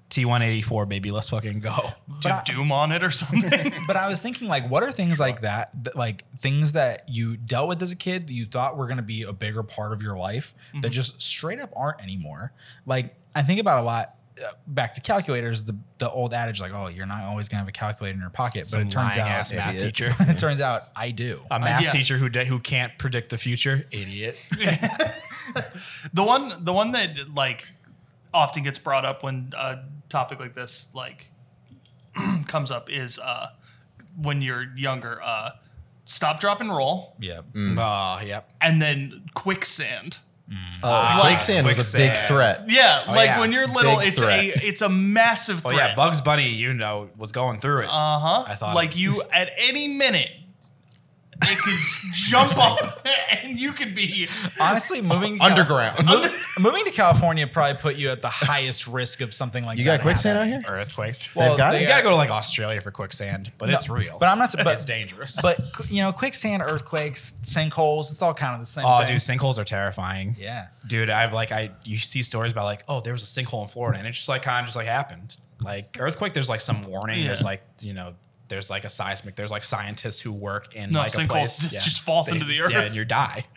S2: T184, baby. Let's fucking go. *laughs*
S1: Do Doom on it or something. *laughs*
S3: but I was thinking, like, what are things like that, that, like things that you dealt with as a kid that you thought were going to be a bigger part of your life
S2: Mm-hmm.
S3: that just straight up aren't anymore? Like, I think about a lot. uh, Back to calculators, the the old adage like, "Oh, you're not always gonna have a calculator in your pocket," but it turns
S2: lying
S3: out,
S2: ass
S3: *laughs*
S2: math
S3: Idiot.
S2: teacher.
S3: it
S2: *laughs*
S3: turns out I do.
S2: A math
S1: yeah.
S2: teacher who de- who can't predict the future. *laughs* Idiot.
S1: the one, the one that like often gets brought up when a topic like this like *clears throat* comes up is uh, when you're younger. Uh, stop, drop, and roll,
S3: yeah,
S4: Mm.
S2: Oh, yep.
S1: and then quicksand.
S4: Oh, quicksand was a big
S2: quicksand.
S4: threat.
S1: Oh, Yeah, like
S2: yeah.
S1: when you're little,
S4: Big
S1: it's
S4: threat.
S1: a it's a massive
S2: Oh
S1: threat. Uh-huh.
S2: yeah, Bugs Bunny, you know, was going through it. Uh huh. I thought
S1: like *laughs* you at any minute *laughs* it could s- jump up and you could be
S2: *laughs*
S3: honestly, moving to Cal- *laughs*
S4: Underground.
S3: moving to California probably put you at the highest risk of something like
S4: You
S3: that
S4: got quicksand out
S3: happening.
S4: here?
S2: earthquakes.
S3: Well,
S4: They've got
S3: they
S4: it?
S2: you gotta go to like Australia for quicksand, but it's real.
S3: But I'm not. But,
S2: it's dangerous.
S3: But you know, quicksand, earthquakes, sinkholes, it's all kind of the same.
S2: oh,
S3: thing.
S2: dude, sinkholes are terrifying.
S3: Yeah.
S2: dude, I've like I you see stories about like oh there was a sinkhole in Florida and it just like kind of just like happened. Like earthquake, there's like some warning.
S1: Yeah.
S2: There's like you know there's like a seismic. There's like scientists who work in
S1: No,
S2: like a
S1: sinkhole
S2: place
S1: just- just falls into the
S2: Yeah,
S1: earth.
S2: and you die.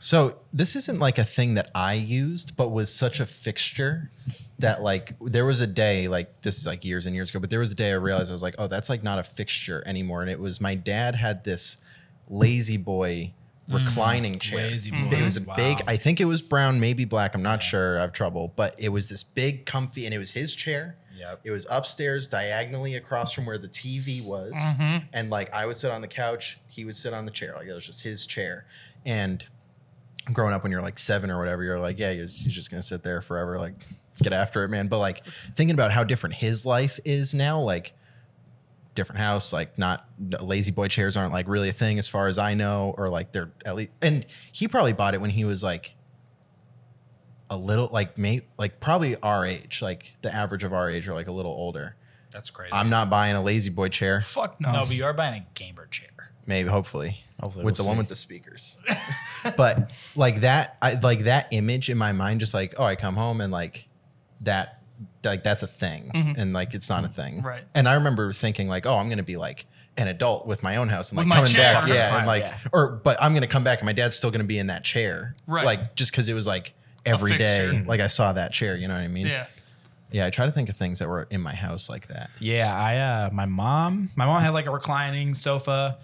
S4: So this isn't like a thing that I used, but was such a fixture that like there was a day like this is like years and years ago, but there was a day I realized I was like, oh, that's like not a fixture anymore. And it was my dad had this lazy boy reclining chair.
S3: Mm. Lazy
S4: It
S3: boy.
S4: was a
S3: Wow.
S4: big. I think it was brown, maybe black. I'm not sure. I have trouble, but it was this big, comfy, and it was his chair.
S3: Yep.
S4: It was upstairs, diagonally across from where the TV was,
S3: Mm-hmm.
S4: and like I would sit on the couch, he would sit on the chair. Like it was just his chair, and growing up when you're like seven or whatever, you're like, yeah, he's, he's just gonna sit there forever. Like, get after it, man. But like thinking about how different his life is now, like different house, like not no- lazy boy chairs aren't like really a thing as far as I know, or like they're at least. And he probably bought it when he was like a little, like mate, like probably our age, like the average of our age, or like a little older.
S3: That's crazy.
S4: I'm not buying a lazy boy chair.
S1: Fuck no.
S3: no, but you are buying a gamer chair.
S4: Maybe, hopefully,
S2: Hopefully
S4: with
S2: we'll
S4: the one
S2: see.
S4: with the speakers. *laughs* but like that, I like that image in my mind. Just like, oh, I come home and like that, like that's a thing, and like it's not a thing,
S1: Mm-hmm. Right.
S4: And I remember thinking like, oh, I'm gonna be like an adult with my own house and
S1: With
S4: like
S1: my
S4: coming
S1: chair.
S4: back, yeah,
S2: Right,
S4: and like,
S2: yeah.
S4: or but I'm gonna come back and my dad's still gonna be in that chair,
S1: Right.
S4: Like just because it was like every day,
S1: fixture.
S4: like I saw that chair, you know what I mean?
S1: yeah.
S4: yeah. I try to think of things that were in my house like that.
S2: Yeah, I uh my mom, my mom had like a reclining sofa.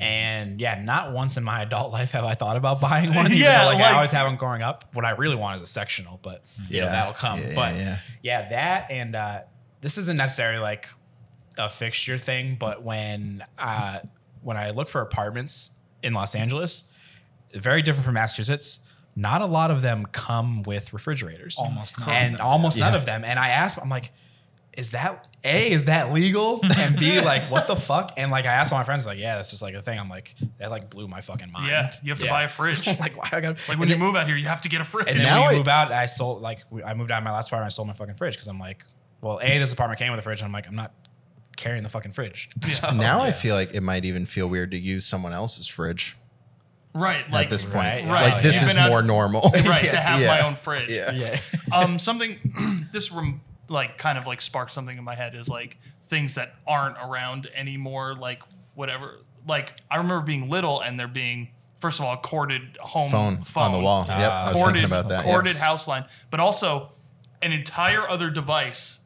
S2: And yeah, not once in my adult *laughs* life have I thought about buying one.
S1: Yeah,
S2: yeah, like,
S1: like-
S2: I always have them growing up. What I really want is a sectional, but you know,
S4: Yeah.
S2: that'll come.
S4: Yeah, yeah,
S2: but
S4: yeah.
S2: yeah, that and uh, this isn't necessarily like a fixture thing, but when uh, when I look for apartments in Los Angeles, very different from Massachusetts. Not a lot of them come with refrigerators.
S3: Almost none of
S2: and
S3: them,
S2: almost none of them. And I asked, I'm like, is that a is that legal? And
S1: *laughs*
S2: b like, what the fuck? And like, I asked all my friends, like, yeah, that's just like a thing. I'm like, that like blew my fucking mind.
S1: Yeah. You have to
S2: *laughs*
S1: buy a
S4: *laughs*
S1: fridge.
S2: I'm
S1: like
S2: like, why I gotta
S1: when you move out here, you have to get a fridge.
S2: and then
S4: Now
S2: when
S4: I-
S2: you move out, I sold like we- I moved out of my last apartment. I sold my fucking fridge because I'm like, well, a this apartment came with a fridge, and I'm like, I'm not carrying the fucking fridge.
S1: *laughs*
S2: So,
S4: Now
S1: Oh,
S4: I feel like it might even feel weird to use someone else's fridge.
S1: right. Like
S4: at this point.
S2: right,
S1: right.
S4: Like this
S1: Even
S4: is
S1: at-
S4: more normal.
S1: *laughs* Right.
S4: *laughs*
S1: to have my
S4: Yeah.
S1: own fridge.
S4: Yeah.
S2: yeah,
S1: *laughs* um, something *clears throat* this room like kind of like sparked something in my head is like things that aren't around anymore, like whatever. Like I remember being little and there being first of all a corded home
S4: Phone, on the wall. yep. I was
S1: corded,
S4: thinking about that.
S1: corded
S4: yes.
S1: house line, but also an entire other device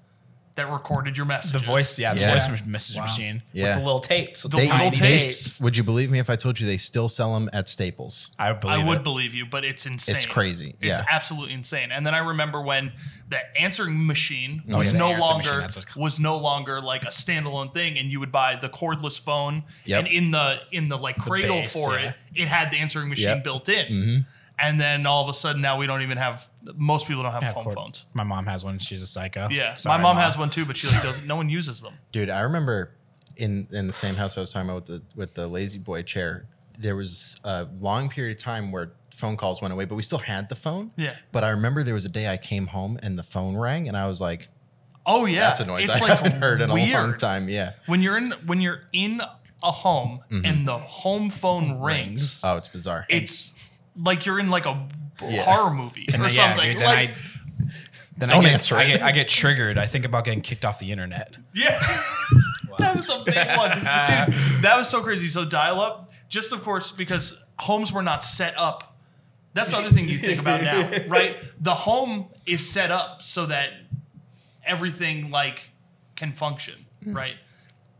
S1: that recorded your messages.
S2: *laughs* the voice, yeah, the
S4: Yeah.
S2: voice message machine
S4: Yeah.
S2: with the little tapes, with
S4: They-
S2: the tiny
S4: they-
S2: tapes.
S4: would you believe me if I told you they still sell them at Staples?
S2: I believe
S1: I would
S2: it.
S1: believe you, but it's insane.
S4: It's crazy,
S1: It's
S4: yeah.
S1: absolutely insane. And then I remember when the answering machine
S4: Oh,
S1: was
S4: yeah, the
S1: no
S2: answering
S1: longer
S2: machine, that's what's-
S1: was no longer like a standalone thing, and you would buy the cordless phone,
S4: Yep.
S1: and in the in the like cradle
S2: base,
S1: for
S2: yeah.
S1: it, it had the answering machine
S4: Yep. Mm-hmm.
S1: built in. And then all of a sudden, now we don't even have. Most people don't have,
S2: Yeah, of
S1: home
S2: course.
S1: phones.
S2: My mom has one. She's a psycho.
S1: Yeah,
S2: Sorry,
S1: my mom, has one too, but she like doesn't. No one uses them.
S4: Dude, I remember in in the same house I was talking about with the with the lazy boy chair, there was a long period of time where phone calls went away, but we still had the phone.
S1: Yeah.
S4: But I remember there was a day I came home and the phone rang and I was like,
S1: Oh yeah,
S4: that's a noise I haven't heard in a long
S1: weird.
S4: time. Yeah.
S1: When you're in when you're in a home
S4: Mm-hmm.
S1: and the home phone rings
S4: Oh, it's bizarre.
S1: it's like you're in like a b-
S4: Yeah.
S1: horror movie or
S2: And then-
S1: something.
S2: Yeah, dude, then
S1: like,
S2: I then
S4: Don't
S2: I get,
S4: answer
S2: I
S4: it.
S2: get, I get triggered. I think about getting kicked off the internet.
S1: yeah. *laughs* that was a big one, dude. That was so crazy. So dial up, just of course, because homes were not set up. That's the other thing you think about
S2: *laughs*
S1: now, right? The home is set up so that everything like can function,
S2: Mm.
S1: right?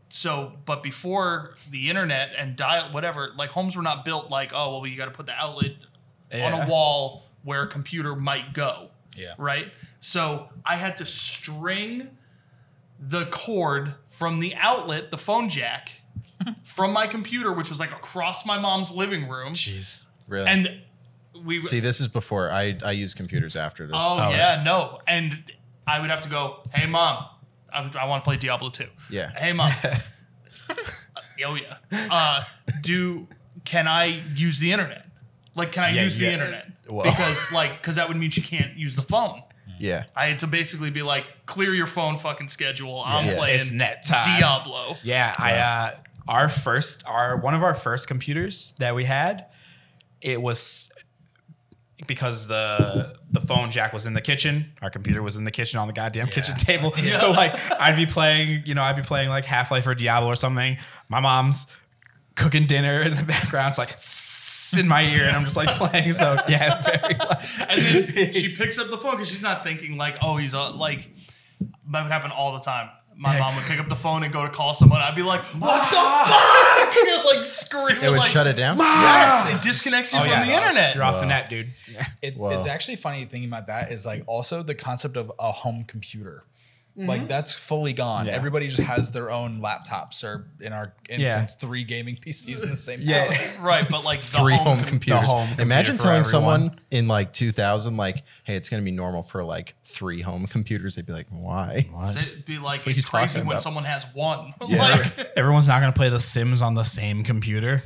S1: So, but before the internet and dial whatever, like homes were not built like, oh well, you got to put the outlet on
S2: Yeah.
S1: a wall where a computer might go.
S3: Yeah.
S1: *laughs* Right. So I had to string the cord from the outlet, the phone jack, from my computer, which was like across my mom's living room,
S2: Jeez.
S4: really?
S1: and we
S4: See, this is before I I use computers after this.
S1: Oh,
S2: Oh,
S1: yeah, no. And I would have to go, hey mom, I, want to play Diablo 2.
S4: Yeah.
S1: Hey mom. oh yeah. Uh, do can I use the internet? Like, can I
S2: Yeah,
S1: use
S2: yeah.
S1: the internet?
S4: Whoa.
S1: Because like, because that would mean she can't use the phone.
S4: Yeah.
S1: I had to basically be like, clear your phone fucking schedule. I'm
S4: Yeah.
S1: playing
S2: It's net time.
S1: Diablo.
S2: Yeah, I uh, our first our one of our first computers that we had, it was because the the phone jack was in the kitchen, our computer was in the kitchen on the goddamn kitchen table. So like I'd be playing, you know, I'd be playing like Half Life or Diablo or something. My mom's cooking dinner in the *laughs* background. It's like *laughs* "Sss" in my ear, and I'm just like playing. So yeah, *laughs* very.
S1: And then she picks up the phone because she's not thinking like, oh, he's uh, like that would happen all the time. My mom would pick up the phone and go to call someone. I'd be like, what the fuck? like screaming.
S4: It would
S1: like,
S4: shut it down.
S3: Ah!
S1: Yes, it disconnects you
S2: Oh,
S1: from
S2: yeah.
S1: the internet.
S2: *laughs* You're off the net, dude.
S5: It's
S4: Wow.
S5: it's actually funny thinking about that is like also the concept of a home computer. Like that's fully gone.
S2: Yeah.
S5: Everybody just has their own laptops, or in our instance, three
S3: *laughs*
S5: gaming PCs in the same house.
S1: Right, but like the
S4: Three
S1: home,
S4: home computers.
S2: home computer
S4: Imagine
S2: for
S4: telling
S2: everyone.
S4: someone in like 2000, like, hey, it's going to be normal for like three home computers. They'd be like, why?
S1: They'd be like,
S4: you
S1: it's crazy
S4: talking
S1: when
S4: about?
S1: someone has one. like,
S4: *laughs*
S2: Everyone's not going to play The Sims on the same computer.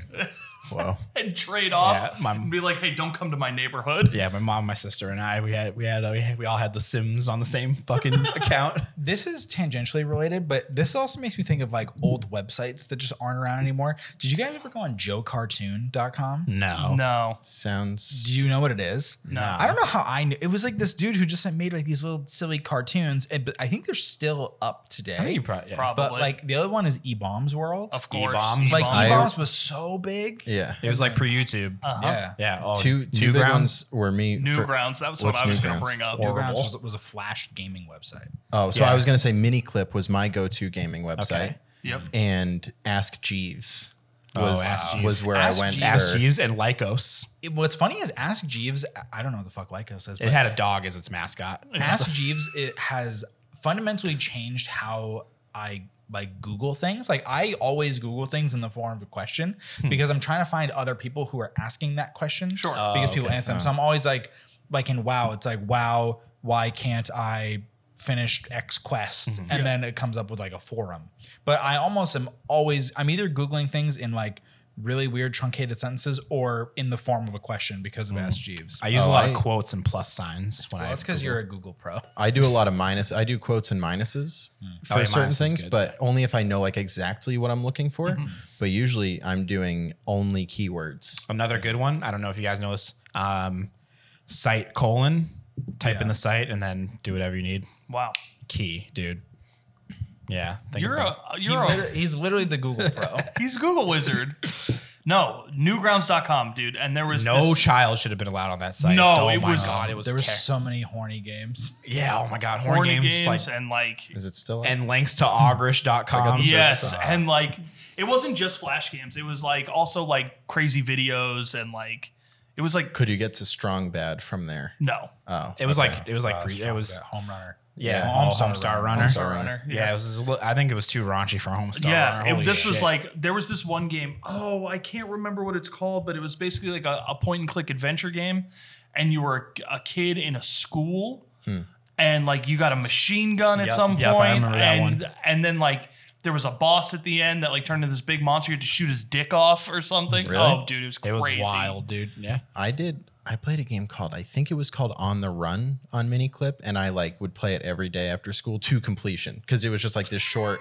S4: Whoa.
S1: and trade off.
S2: Yeah, my-
S1: and be like, hey, don't come to my neighborhood.
S2: Yeah, my mom, my sister, and I, we had, we had, uh, we, had we all had The Sims on the same
S4: *laughs*
S2: fucking account.
S3: This is tangentially related, but this also makes me think of like old websites that just aren't around anymore. Did you guys ever go on joecartoon.com?
S2: No.
S1: No.
S4: Sounds.
S3: Do you know what it is?
S1: No.
S3: I don't know how I knew. It was like this dude who just like, made like these little silly cartoons, and but I think they're still up today.
S2: I think you probably, yeah.
S1: Probably.
S3: but like the other one is E Bombs World.
S1: of course.
S2: E-bombs.
S3: like
S1: E-bombs.
S3: E Bombs was so big.
S4: yeah.
S2: It was like pre YouTube.
S3: Yeah.
S2: Yeah. all-
S4: Two, two big ones were me. for-
S1: Newgrounds. That was what
S4: What's
S1: I was going
S4: Newgrounds?
S1: to bring up.
S3: Newgrounds was, was a flash gaming website.
S4: Oh, so I was going to say Miniclip was my go to gaming website.
S2: Okay.
S1: Yep.
S4: And Ask Jeeves was,
S2: Ask Jeeves.
S4: was where
S3: Ask
S4: I went.
S3: Jeeves.
S2: Ask
S4: for-
S2: Jeeves and Lycos.
S3: It- what's funny is Ask Jeeves. I- I don't know what the fuck Lyco says, but
S2: It had a dog as its mascot.
S3: *laughs* Ask Jeeves it has fundamentally changed how I like Google things. Like I always Google things in the form of a question because I'm trying to find other people who are asking that question.
S1: Sure. Oh,
S3: Because people answer them. So I'm always like like in wow, it's like wow, why can't I finish X quest? And then it comes up with like a forum. But I almost am always I'm either Googling things in like really weird truncated sentences or in the form of a question because of Ask Jeeves.
S2: I use
S4: Oh,
S2: a lot
S4: I-
S2: of quotes and plus signs when
S3: well,
S2: I.
S3: that's because you're a Google Pro.
S4: I do a lot of minus. I do quotes and minuses for
S2: Oh, yeah,
S4: certain
S2: minus is
S4: things,
S2: good. Mm-hmm.
S4: but only if I know like exactly what I'm looking for. But usually, I'm doing only keywords.
S2: Another good one. I don't know if you guys know this. Um, site colon, type in the site and then do whatever you need.
S1: Wow.
S2: Key, dude. Yeah. Think
S1: You're
S2: about
S1: a, uh,
S2: it.
S1: you're a,
S3: Literally- he's literally the Google Pro.
S1: he's Google wizard. No, newgrounds.com, dude. And there was
S2: no
S1: this,
S2: child should have been allowed on that site.
S1: No,
S2: oh
S1: it
S2: my
S1: was-
S2: god, it was,
S3: there were
S2: ter-
S3: so many horny games.
S2: yeah. Oh my god, horn
S1: horny
S2: games,
S1: games,
S2: like, and,
S1: and like
S4: Is it still?
S2: links to augrish.com.
S1: yes, and like it wasn't just flash games. It was like also like crazy videos and like it was like
S4: Could you get to strong bad from there?
S1: no
S4: Oh,
S2: It was like it was
S1: Uh,
S2: like pre- it was
S3: That home runner.
S2: yeah,
S4: yeah,
S2: all
S3: Homestar
S2: Homestar
S3: Runner.
S2: Runner. *laughs*
S4: Homestar
S1: Runner,
S4: Runner.
S2: Yeah, it was. a little- I think it was too raunchy for Homestar.
S1: Yeah,
S2: Runner.
S1: it-
S2: Holy
S1: this was
S2: shit.
S1: like there was this one game. Oh, I can't remember what it's called, but it was basically like a, a point and click adventure game, and you were a, a kid in a school, and like you got a machine gun at
S2: Hmm. Yep,
S1: some
S2: yep, I
S1: point,
S2: remember that
S1: and
S2: one.
S1: and then like there was a boss at the end that like turned into this big monster. You had to shoot his dick off or something.
S4: Really?
S1: Oh, dude, it was
S2: it
S1: crazy.
S2: was wild, dude. Yeah.
S4: I did. I played a game called I think it was called On the Run on Miniclip, and I like would play it every day after school to completion because it was just like this short,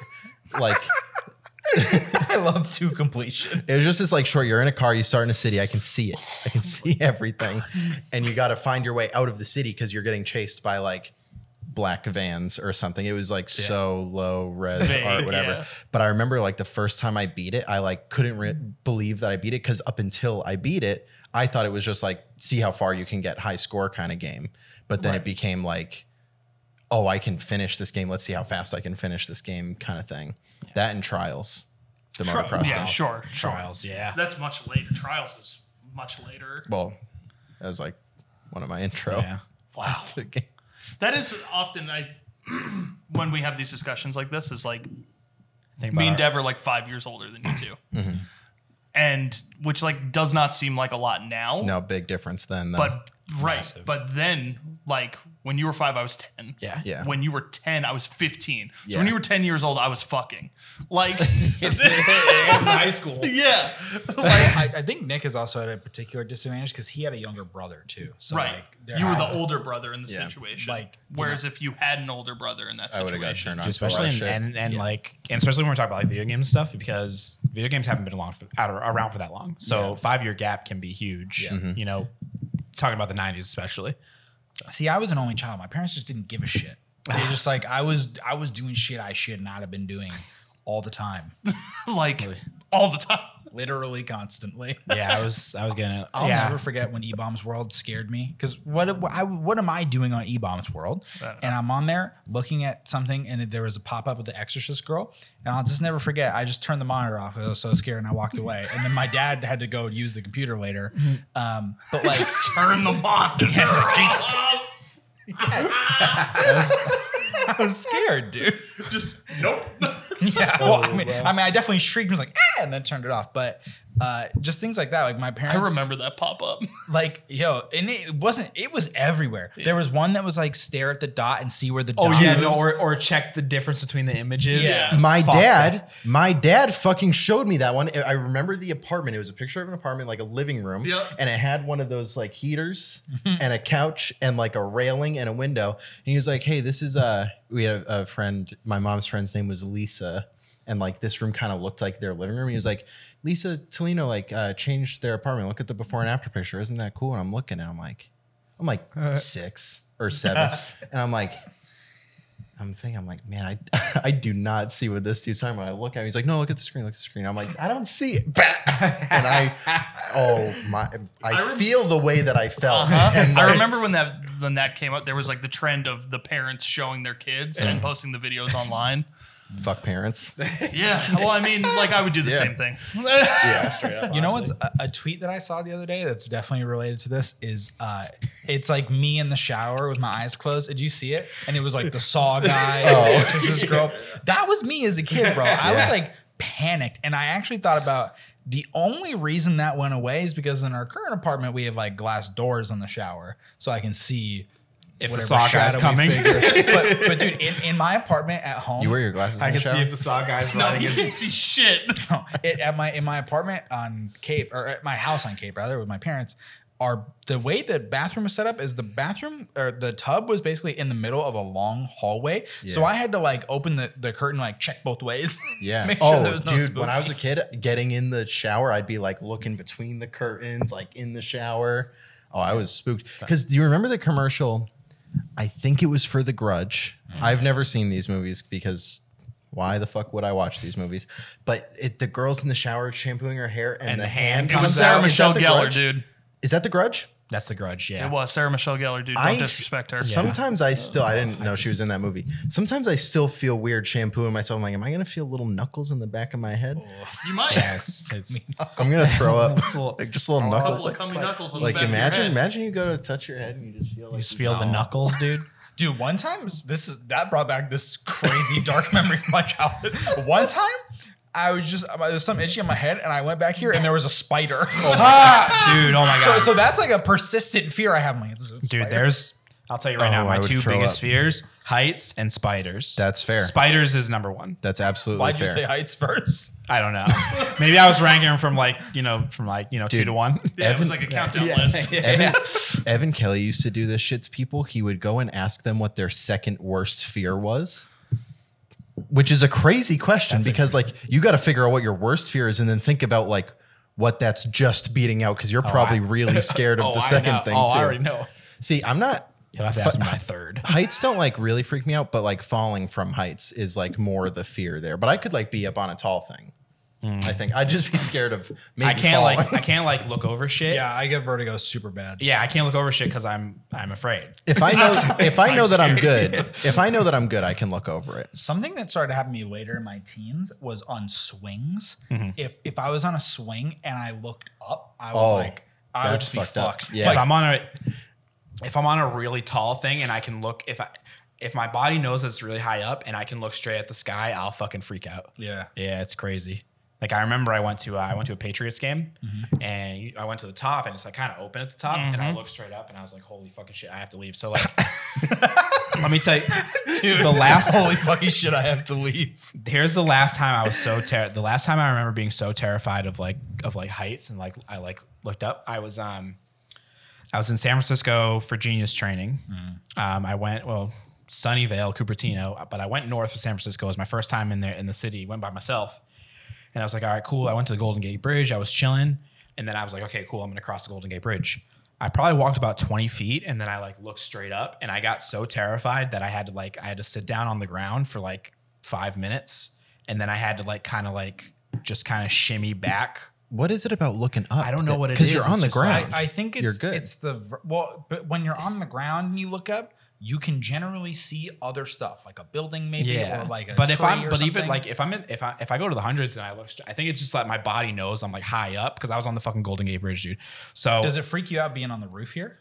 S4: like.
S3: *laughs* I love to completion.
S4: It was just this like short. You're in a car. You start in a city. I can see it. I can
S3: *laughs* Oh
S4: see everything. And you got to find your way out of the city because you're getting chased by like black vans or something. It was like so low res
S1: Vague,
S4: art, whatever.
S1: yeah.
S4: But I remember like the first time I beat it, I like couldn't re- believe that I beat it because up until I beat it, I thought it was just like see how far you can get, high score kind of game. But then it became like, oh, I can finish this game. Let's see how fast I can finish this game, kind of thing. That and trials. The motocross
S1: yeah,
S4: game.
S1: sure, sure.
S2: Trials, yeah.
S1: That's much later. Trials is much later.
S4: well, that was like one of my intro.
S2: Yeah.
S1: Wow.
S4: *laughs* to game.
S1: That is often I *clears throat* when we have these discussions like this is like
S2: Think
S1: me and
S2: about it.
S1: Dev are like five years older than you 2 and which like does not seem like a lot now.
S4: No big difference then. Though.
S1: but right. But then like when you were five, I was ten.
S2: Yeah.
S4: yeah,
S1: When you were ten, I was fifteen. So
S4: Yeah.
S1: when you were ten years old, I was fucking like
S2: in high school.
S1: yeah.
S3: I, I think Nick is also at a particular disadvantage because he had a younger brother too. So
S1: Right.
S3: like, they're
S1: you were
S3: not-
S1: the older brother in the
S4: Yeah.
S1: situation.
S3: Like, you
S1: whereas if you had an older brother in that
S4: I would
S1: situation,
S4: have got turned on. to a lot
S2: especially
S4: of
S2: in,
S4: shit.
S2: and and like and especially when we're talking about like video game stuff because video games haven't been along for, out around for that long. So five year gap can be huge.
S1: Mm-hmm.
S2: You know, talking about the '90s especially.
S3: See, I was an only child. My parents just didn't give a shit. They just like I was I was doing shit I should not have been doing all the time.
S1: *laughs* like all the time.
S3: Literally constantly.
S2: Yeah, I was I was gonna.
S3: I'll
S2: yeah,
S3: never forget when E-Bombs World scared me because what I, what am I doing on E-Bombs World? And I'm on there looking at something, and there was a pop up with the Exorcist girl, and I'll just never forget. I just turned the monitor off because I was so scared, and I walked away. And then my dad had to go and use the computer later. Um, but *laughs* like,
S1: *laughs* Turn the monitor. Jesus.
S3: I'm scared, dude.
S1: Just nope.
S3: Yeah. *laughs* Well, I mean, I mean, I definitely shrieked and was like, ah, and then turned it off. But uh, just things like that, like my
S1: I
S3: parents,
S1: remember that pop up.
S3: like, yo, and it wasn't, it was everywhere. There was one that was like, stare at the dot and see where the
S2: Oh
S3: dot
S2: yeah,
S3: moves.
S2: no, or, or check the difference between the images.
S1: Yeah.
S4: My
S2: Fuck
S4: dad, my dad fucking showed me that one. I- I remember the apartment. It was a picture of an apartment, like a living room.
S1: Yep.
S4: And it had one of those
S1: *laughs*
S4: like heaters and a couch and like a railing and a window. And he was like, hey, this is a, we had a, a friend, my mom's friend's name was Lisa. And like this room kind of looked like their living room. He was like, Lisa Tolino like uh, changed their apartment. Look at the before and after picture. Isn't that cool? And I'm looking and I'm like, I'm like six or seven. and I'm like, I'm thinking, I'm like, man, I, *laughs* I do not see what this dude's talking about. I look at him, he's like, no, look at the screen, look at the screen. I'm like, I don't see it. *laughs* Bah! and I, oh my, I,
S1: I rem- Uh-huh.
S4: feel the way that I felt. *laughs* And
S1: I
S4: like-
S1: remember when that when that came out, there was like the trend of the parents showing their kids and posting the videos
S4: *laughs*
S1: online.
S4: Fuck parents.
S1: Yeah. Well, I mean, like I would do the
S4: Yeah.
S1: same thing. *laughs*
S3: You know what's a, a tweet that I saw the other day that's definitely related to this is uh it's like me in the shower with my eyes closed. Did you see it? And it was like the
S2: *laughs*
S3: saw guy
S2: Oh.
S3: and it was this girl. That was me as a kid, bro. I was like panicked and I actually thought about the only reason that went away is because in our current apartment we have like glass doors on the shower so I can see
S2: If the
S3: whatever
S2: saw guy's
S3: shadow we
S2: coming,
S3: figure.
S2: *laughs*
S3: but, but dude, in, in my apartment at home,
S4: You wear your glasses.
S2: I
S4: in
S2: can
S4: the shower?
S2: see if the saw guy's
S1: No,
S2: running.
S1: you
S2: his-
S1: can see shit.
S3: *laughs* no, it, at my in my apartment on Cape or at my house on Cape rather with my parents are the way the bathroom was set up is the bathroom or the tub was basically in the middle of a long hallway. So
S4: Yeah.
S3: I had to like open the, the curtain like check both ways. *laughs*
S4: Yeah.
S3: Make sure
S4: oh,
S3: there was no
S4: dude,
S3: spoon.
S4: when I was a kid, getting in the shower, I'd be like looking between the curtains, like in the shower. Oh, I was spooked. Because do you remember the commercial? I think it was for The Grudge. I've never seen these movies because why the fuck would I watch these movies? But it, the girl's in the shower shampooing her hair and, the, hand,
S1: It was
S4: comes
S1: Sarah
S4: out. Is
S1: Michelle
S4: that The
S1: Gellar,
S4: Grudge?
S1: dude.
S4: Is that The Grudge?
S2: *laughs* That's the grudge. Yeah.
S1: It was Sarah Michelle Gellar, dude. Don't
S4: I
S1: disrespect her.
S4: Sometimes I still I didn't know she was in that movie. Sometimes I still feel weird shampooing myself. I'm like, am I gonna feel little knuckles in the back of my head?
S1: You might.
S2: Yeah, it's- *laughs* it's-
S4: I'm gonna throw
S1: *laughs*
S4: up
S2: a little-
S4: like just little
S1: Couple
S4: knuckles.
S1: of
S4: Like,
S1: Oh, coming knuckles on the
S4: like
S1: back of your
S4: imagine,
S1: head.
S4: imagine you go to touch your head and you just feel like
S2: you just feel the knuckles, dude.
S3: Dude, one time this is that brought back this crazy dark *laughs* memory of my childhood. One time I was just there was some itchy in my head and I went back here and there was a spider.
S4: Oh
S3: *laughs*
S2: dude, oh my god.
S3: so so that's like a persistent fear I have. I'm like, this is a
S2: Dude,
S3: spider.
S2: there's. I'll tell you right
S4: Oh,
S2: now,
S4: I
S2: my
S4: would
S2: two
S4: throw
S2: biggest
S4: up.
S2: fears: heights and spiders.
S4: That's fair.
S2: Spiders is number one.
S4: That's absolutely
S3: why'd you
S4: fair.
S3: say heights first?
S2: I don't know. *laughs* Maybe I was ranking them from like you know from like you know two
S4: Dude.
S2: to
S4: *laughs*
S2: one.
S1: Yeah, it was
S4: Evan-
S1: like a countdown
S4: *laughs*
S1: list.
S4: *laughs* Evan, Evan Kelly used to do this shit to people. He would go and ask them what their second worst fear was, which is a crazy question because like you got to figure out what your worst fear is and then think about like what that's just beating out because you're probably *laughs* really scared of
S2: Oh,
S4: the
S2: I
S4: second
S2: know.
S4: thing
S2: oh,
S4: too.
S2: I already know.
S4: See, I'm not.
S2: You'll have to ask me my third.
S4: heights don't like really freak me out, but like falling from heights is like more the fear there. But I could like be up on a tall thing. I think I'd just be scared of *laughs* maybe
S2: I can't
S4: falling.
S2: *laughs* like I can't like look over shit.
S3: Yeah, I get vertigo super bad.
S2: Yeah, I can't look over shit because I'm I'm afraid.
S4: if I know if I know that I'm good, if I know that I'm good, I can look over it.
S3: Something that started happening to me later in my teens was on swings. If if I was on a swing and I looked up, I would
S4: Oh,
S3: like I would
S4: that's
S3: just
S4: fucked
S3: be
S4: up.
S3: fucked.
S4: Yeah.
S2: If
S3: Like,
S2: I'm on a if I'm on a really tall thing and I can look if I if my body knows it's really high up and I can look straight at the sky, I'll fucking freak out.
S3: yeah.
S2: Yeah, it's crazy. Like I remember I went to uh, I went to a Patriots game and you- I went to the top and it's like kind of open at the top and I looked straight up and I was like, holy fucking shit, I have to leave. So like, *laughs* let me tell you, the last
S3: *laughs* Holy fucking shit! I have to leave.
S2: here's the last time I was so ter- the last time I remember being so terrified of like of like heights and like I like looked up. I was um I was in San Francisco for genius training. Um I went well Sunnyvale, Cupertino, but I went north of San Francisco. It was my first time in there in the city. Went by myself. And I was like, all right, cool. I went to the Golden Gate Bridge. I was chilling. And then I was like, okay, cool. I'm going to cross the Golden Gate Bridge. I probably walked about 20 feet and then I like looked straight up and I got so terrified that I had to like, I had to sit down on the ground for like five minutes. And then I had to like kind of like just kind of shimmy back.
S4: What is it about looking up?
S2: I don't know what it
S4: because
S2: is.
S4: you're on
S2: It's
S4: the
S2: just like-
S4: ground.
S3: I, I think it's
S4: You're good.
S3: it's the ver- well, but when you're on the ground and you look up, you can generally see other stuff like a building maybe or like a
S2: but if
S3: tree
S2: I'm,
S3: or
S2: but even
S3: something.
S2: like if I'm in, if I if I go to the hundreds and I look, str- I think it's just like my body knows I'm like high up because I was on the fucking Golden Gate Bridge, dude. So
S3: does it freak you out being on the roof here?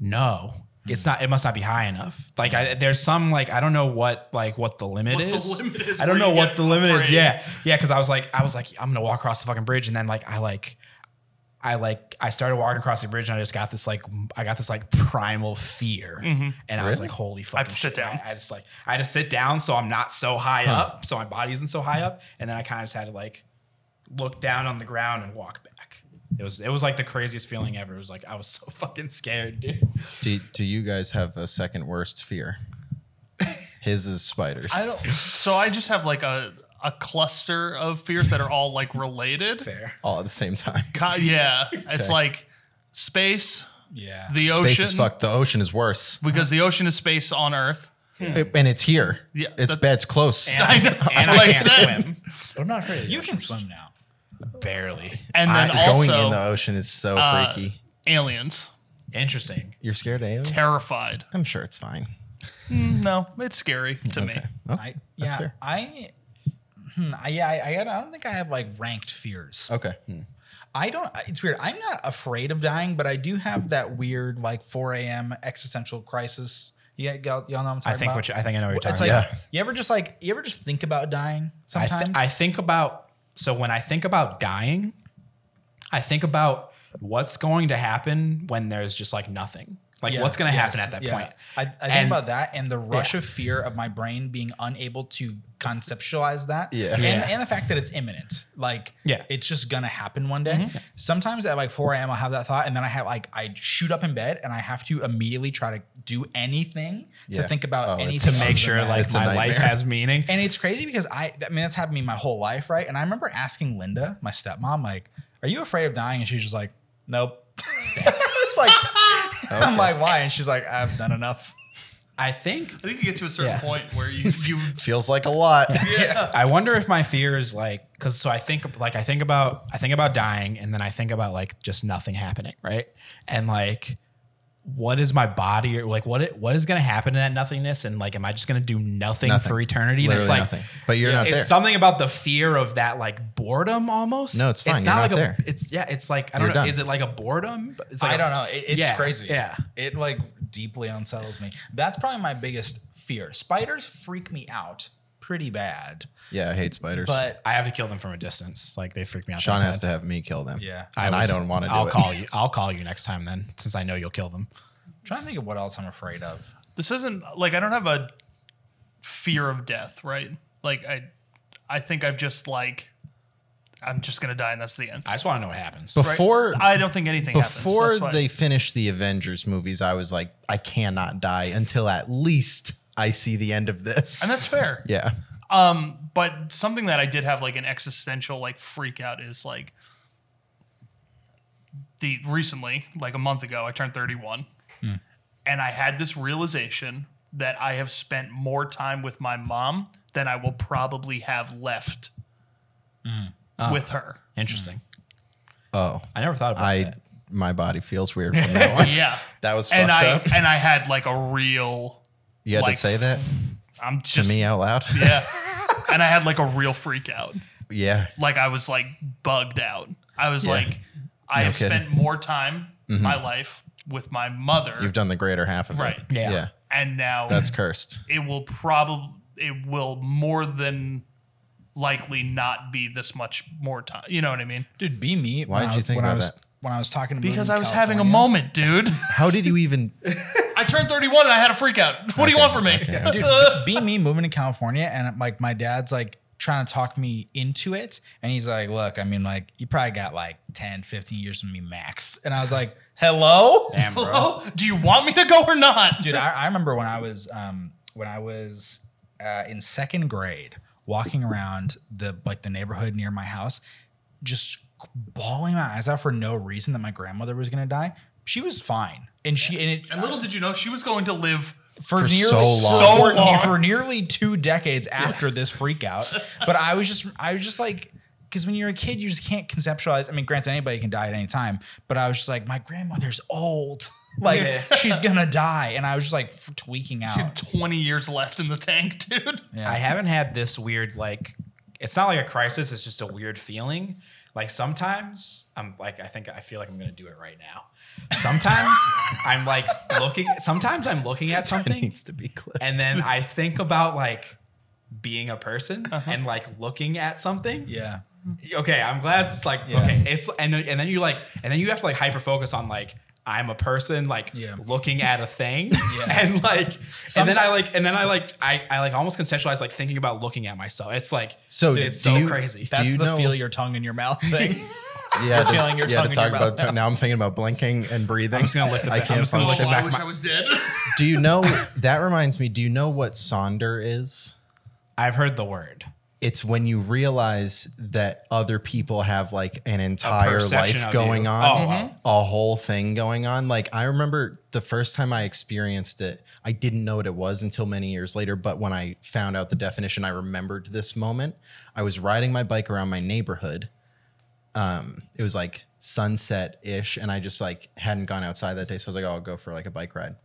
S2: No. it's not. It must not be high enough. Like I, there's some like I don't know what like what the limit
S1: What the
S2: is.
S1: limit is
S2: I don't
S1: where
S2: know
S1: you
S2: what
S1: get
S2: the limit is.
S1: afraid.
S2: Yeah, yeah. Because I was like, I was like, I'm gonna walk across the fucking bridge, and then like I like. I like I started walking across the bridge and I just got this like I got this like primal fear and I was like holy fuck I
S1: Mm-hmm. to sit down.
S2: I, I just like I had to sit down so I'm not so high up so my body isn't so high up and then I kind of just had to like look down on the ground and walk back it was it was like the craziest feeling ever it was like I was so *laughs* fucking scared dude
S4: Do, do you guys have a second worst fear? His is spiders.
S1: I don't. So I just have like a a cluster of fears that are all like related.
S2: fair
S4: all at the same time.
S1: Ki-
S4: *laughs*
S1: yeah, it's like space,
S3: Yeah.
S1: the ocean,
S4: Space is fucked. The ocean is worse,
S1: because the ocean is space on Earth.
S4: and it's here.
S1: Yeah,
S4: it's
S1: that-
S4: bad. It's close.
S1: I know. That's
S2: *laughs* and
S1: what
S2: I
S1: I
S2: can't
S1: said.
S2: swim
S3: but I'm not afraid. You can swim now.
S2: barely
S1: And then
S4: I-
S1: also
S4: going in the ocean is so freaky.
S1: aliens.
S2: interesting
S4: You're scared of aliens?
S1: Terrified.
S4: I'm sure it's fine.
S1: No, it's scary to me.
S4: Oh,
S3: I yeah.
S4: that's fair.
S3: I, hmm, I yeah. I, I I don't think I have like ranked
S2: Oh.
S3: fears.
S4: Okay. Hmm.
S3: I don't. It's weird. I'm not afraid of dying, but I do have that weird like 4 a.m. existential crisis. Yeah, y'all, y'all know what I'm talking
S2: I think
S3: about.
S2: what you, I think I know what you're talking
S3: it's
S2: about
S3: like
S4: Yeah.
S3: you ever just like you ever just think about dying
S2: I,
S3: sometimes.
S2: th- I think about so when I think about dying, I think about what's going to happen when there's just like nothing. Like
S3: Yeah,
S2: what's going to
S3: yes,
S2: happen at that
S3: yeah.
S2: point?
S3: I, I think
S2: And-
S3: about that and the rush of fear of my brain being unable to conceptualize that.
S4: Yeah.
S3: And,
S2: Yeah.
S3: and the fact that it's imminent. Like,
S2: Yeah. Mm-hmm.
S3: it's just going to happen one day. Sometimes at like 4 a.m., I'll have that thought. And then I have like, I shoot up in bed and I have to immediately try to do anything
S4: Yeah.
S3: to think
S4: Oh,
S3: about
S4: it's-
S3: anything.
S2: To
S3: other
S2: make sure
S3: than that.
S2: like
S4: It's a
S2: my life
S4: nightmare.
S2: has meaning.
S3: And it's crazy because I, I mean, that's happened to me my whole life, right? And I remember asking Linda, my stepmom, like, "Are you afraid of dying?" And she's just like, "Nope." *laughs* it's like, I'm like, why? And she's like, "I've done enough."
S2: I think
S1: I think you get to a certain
S2: Yeah.
S1: point where
S2: *laughs*
S1: you you
S4: Feels like a *laughs* lot.
S2: I wonder if my fear is like because so I think like I think about I think about dying and then I think about like just nothing happening, right? And like what is my body or like what it, what is going to happen to that nothingness and like am I just going to do nothing,
S4: Nothing.
S2: for eternity? and
S4: Literally
S2: it's like
S4: nothing. But you're not
S2: it's
S4: there.
S2: something about the fear of that like boredom almost.
S4: No, it's fine. You're
S2: like
S4: not
S2: a
S4: there.
S2: it's yeah, it's like I don't
S4: You're
S2: know
S4: done.
S2: is it like a boredom? It's like
S3: I
S2: a-
S3: don't know. It- it's
S2: yeah,
S3: crazy.
S2: Yeah.
S3: It like deeply unsettles me. That's probably my biggest fear. Spiders freak me out pretty bad,
S4: yeah, I hate spiders.
S3: but
S2: I have to kill them from a distance. Like they freak me out.
S4: Sean
S2: that
S4: has to
S2: bad.
S4: have me kill them.
S3: Yeah.
S4: And I,
S2: would-
S4: don't want to do
S2: I'll
S4: it. *laughs*
S2: call you. I'll call you next time then since I know you'll kill them.
S3: I'm trying to think of what else I'm afraid of.
S1: this isn't like I don't have a fear of death, right? Like I I think I've just like I'm just gonna die and that's the end.
S2: I just want to know what happens.
S1: right?
S4: Before
S1: I don't think anything
S4: before
S1: happens. That's why-
S4: they finished the Avengers movies, I was like, I cannot die until at least I see the end of this.
S1: and that's fair.
S4: *laughs* yeah.
S1: But something that I did have like an existential like freak out is like the recently, like a month ago, I turned 31
S4: Hmm.
S1: and I had this realization that I have spent more time with my mom than I will probably have left
S4: Hmm.
S1: with her.
S2: Interesting.
S4: Oh,
S2: I never thought about
S4: I
S2: that.
S4: my body feels weird from that one.
S1: Yeah.
S4: That *laughs* was fucked
S1: and I
S4: up.
S1: and I had like a real
S4: You had
S1: like,
S4: to say *laughs* that
S1: I'm
S4: to
S1: just
S4: me out loud.
S1: yeah. and I had like a real freak out.
S4: yeah.
S1: Like I was like bugged out. I was like I
S4: No
S1: have
S4: kidding. Mm-hmm.
S1: spent more time in my life with my mother
S4: You've done the greater half of
S1: Right.
S4: it.
S2: Yeah.
S1: and now
S4: That's cursed.
S1: it will probably it will more than likely not be this much more time. You know what I mean?
S3: Dude, be me.
S4: Why
S3: when
S4: did
S3: I
S4: you
S3: was-
S4: think
S3: when I
S4: about
S3: was,
S4: that?
S3: When I was talking to
S1: Because
S3: Moon
S1: I was having a
S3: California.
S1: moment, dude.
S4: How did you even
S1: *laughs* I turned 31 and I had a freak out. What do you want from me? *laughs*
S3: dude, be me moving to California, and like my dad's like trying to talk me into it. And he's like, look, I mean, like, you probably got like 10, 15 years from me max. And I was like, hello?
S2: Damn, bro.
S1: Hello? Do you want me to go or not?
S3: Dude, I, I remember when I was um when I was uh, in second grade walking around the like the neighborhood near my house, just bawling my eyes out for no reason that my grandmother was gonna die. She was fine. And she and it
S1: And little did you know she was going to live
S3: for,
S4: For
S3: nearly
S4: so long.
S3: for-
S1: So long.
S3: for nearly two decades after this freak out. But I was just I was just like because when you're a kid, you just can't conceptualize. I mean, granted, anybody can die at any time, but I was just like, my grandmother's old. *laughs* Like she's gonna die, and I was just like f- tweaking
S4: Oh.
S3: out.
S1: 20 years left in the tank, dude.
S2: I haven't had this weird like. It's not like a crisis. It's just a weird feeling. Like sometimes I'm like, I think I feel like I'm gonna do it right now.
S4: *laughs*
S2: Sometimes I'm like looking. Sometimes I'm looking at
S4: It
S2: something
S4: needs to be clipped.
S2: and then I think about like being a person
S4: Uh-huh.
S2: and like looking at something.
S5: Yeah.
S2: Okay, I'm glad it's like okay. It's and and then you like and then you have to like hyper focus on like I'm a person like
S5: Yeah.
S2: looking at a
S4: *laughs*
S2: thing *laughs* and like and then I like and then I like I, I like almost conceptualize like thinking about looking at myself. It's like
S4: So
S2: dude, it's
S4: do
S2: so
S4: you-
S2: crazy.
S4: Do
S5: That's
S4: you
S5: the
S4: know-
S5: feel your tongue in your mouth thing.
S4: *laughs* yeah, to-
S5: feeling your
S4: yeah,
S5: tongue
S4: to
S5: in
S4: talk
S5: your
S4: about tongue- now. I'm thinking about blinking and breathing. I'm just
S2: gonna lick the
S4: I
S2: back- I'm
S4: can't
S2: just gonna lick
S4: function.
S2: the back
S5: I was dead.
S1: *laughs*
S4: Do you know that reminds me? Do you know what sonder is?
S2: I've heard the word.
S4: It's when you realize that other people have like an entire
S2: perception
S4: life
S2: of
S4: going
S2: you.
S4: on,
S2: Oh, wow.
S4: a whole thing going on. Like I remember the first time I experienced it, I didn't know what it was until many years later. But when I found out the definition, I remembered this moment. I was riding my bike around my neighborhood. Um, it was like sunset ish, and I just like hadn't gone outside that day, so I was like, "Oh, I'll go for like a bike ride."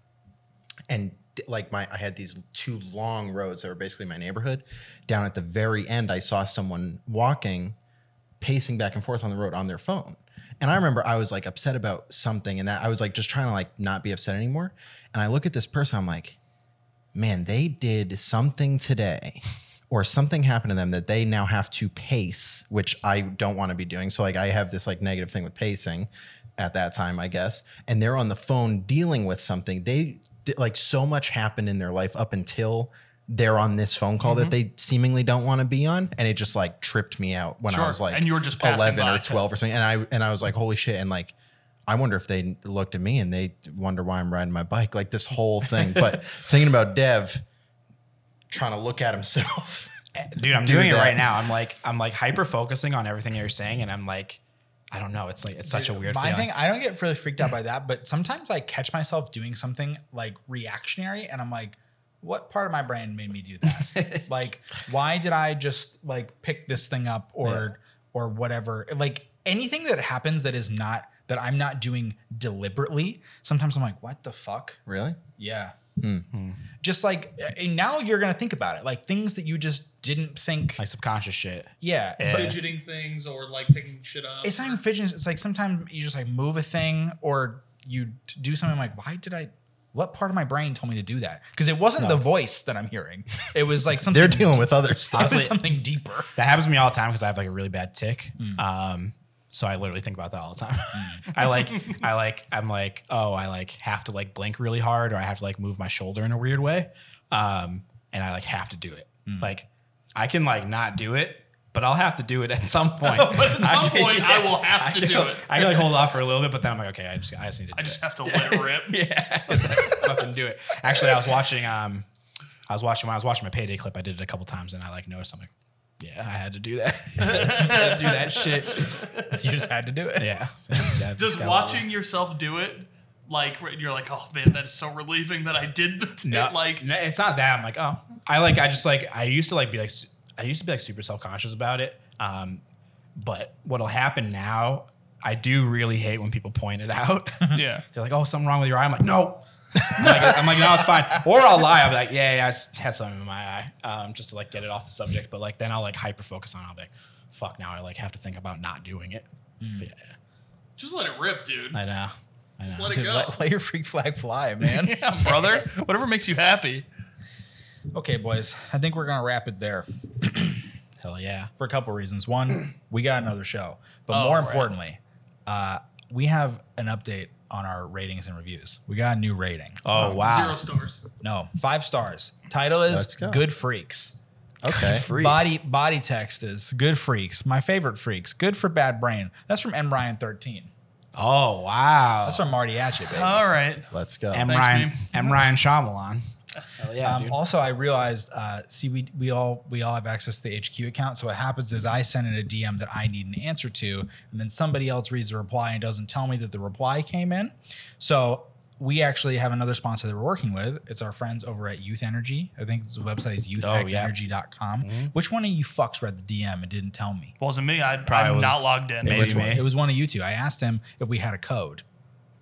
S4: and d- like my I had these two long roads that were basically my neighborhood. Down at the very end, I saw someone walking, pacing back and forth on the road on their phone. And I remember I was like upset about something, and that I was like just trying to like not be upset anymore. And I look at this person, I'm like, man, they did something today. Or something happened to them that they now have to pace, which I don't want to be doing. So like I have this like negative thing with pacing at that time, I guess. And they're on the phone dealing with something. They did- like so much happened in their life up until they're on this phone call that
S1: Mm-hmm.
S4: they seemingly don't want to be on. And it just like tripped me out when
S1: Sure.
S4: I was like
S1: And you were just passing
S4: 11
S1: by.
S4: or 12 or something. And I and I was like, holy shit. And like I wonder if they looked at me and they wonder why I'm riding my bike. Like this whole thing. But thinking about Dev trying to look at himself.
S2: Eh, Dude, I'm doing it
S4: that.
S2: right now. I'm like I'm like hyper focusing on everything you're saying, and I'm like, I don't know. It's like it's such a weird
S3: My
S2: feeling.
S3: thing, I don't get really freaked out by that, but sometimes I catch myself doing something like reactionary and I'm like, what part of my brain made me do
S2: *laughs*
S3: that? like, why did I just like pick this thing up or or whatever? Like anything that happens that is not that I'm not doing deliberately, sometimes I'm like, what the fuck?
S4: Really?
S3: Yeah.
S2: Hmm.
S3: Just like eh, and now you're gonna think about it. Like things that you just didn't think.
S2: like subconscious shit.
S3: yeah. but-
S1: Fidgeting things or like picking shit up.
S3: it's not even fidgeting. It's like sometimes you just like move a thing or you t- do something. like, why did I? What part of my brain told me to do that? Because it wasn't the voice that I'm hearing. It
S4: *laughs*
S3: was like
S4: *laughs*
S3: something.
S4: They're dealing with other stuff.
S3: *laughs* it
S4: *laughs*
S3: was something deeper. *laughs*
S2: That happens to me all the time because I have like a really bad tick.
S1: Mm.
S2: Um, so I literally think about that all the time. *laughs* I like, I like, I'm like, oh, I like have to like blink really hard, or I have to like move my shoulder in a weird way, um, and I like have to do it.
S1: Mm.
S2: Like, I can like not do it, but I'll have to do it at some
S1: *laughs*
S2: point.
S1: But
S2: *laughs*
S1: at some point, I will have to
S2: can,
S1: do it.
S2: I can like hold off for a little bit, but then I'm like, okay, I just, I just need to. Do
S1: I just
S2: it.
S1: have to let it rip.
S2: *laughs* fucking do it. Actually, I was watching. Um, I was watching when I was watching my payday clip. I did it a couple times, and I like noticed something. Yeah, I had to do that. *laughs* do that shit.
S3: You just had to do it.
S2: Yeah.
S1: Just watching yourself do it, like right- you're like, oh man, that is so relieving that I did the
S2: No,
S1: like.
S2: *laughs* no, it's not that. I'm like, oh, I like, I just like, I used to like be like, su- I used to be like super self conscious about it. Um, but what'll happen now, I do really hate when people point it *laughs* out.
S1: Yeah.
S2: They're like, oh, something wrong with your eye. I'm like, no. I'm like, I'm like, no, it's fine. Or I'll lie. I'll be like, yeah, yeah, I s- had something in my eye, um, just to like get it off the subject. But like, then I'll like hyper focus on. It. I'll be like, fuck, now I like have to think about not doing it. But yeah,
S1: Just let it rip, dude.
S2: I know. I know.
S1: Just let it *laughs*
S3: Dude,
S1: go.
S3: let, let your freak flag fly, *laughs* man.
S1: yeah, brother. Whatever makes you happy.
S3: Okay, boys. I think we're gonna wrap it there
S2: Hell yeah.
S3: for a couple reasons. One, we got another show, but
S1: Oh,
S3: more
S1: right.
S3: importantly, uh, we have an update on our ratings and reviews. We got a new rating.
S2: Oh wow.
S1: Zero stars.
S3: No, five stars. Title is
S4: Let's go.
S3: Good Freaks.
S4: Okay.
S3: Body body text is good freaks. My favorite freaks. Good for bad brain. That's from M Ryan thirteen.
S2: Oh wow.
S3: That's from Marty Atchit, baby.
S1: All right.
S4: Let's go.
S2: M.
S1: Thanks,
S2: Ryan,
S1: man.
S2: M. Ryan Shyamalan. oh. Hell yeah,
S3: Um, also, I realized. Uh, see, we we all we all have access to the HQ account. So what happens is I send in a DM that I need an answer to, and then somebody else reads the reply and doesn't tell me that the reply came in. So we actually have another sponsor that we're working with. It's our friends over at Youth Energy. I think the website is youthxenergy.com. Which one of you fucks read the DM and didn't tell me?
S1: Wasn't me. I,
S2: Probably
S1: I'm
S2: was-
S1: not logged in.
S2: Maybe
S4: Which one?
S2: me.
S3: It was one of you two. I asked him if we had a code,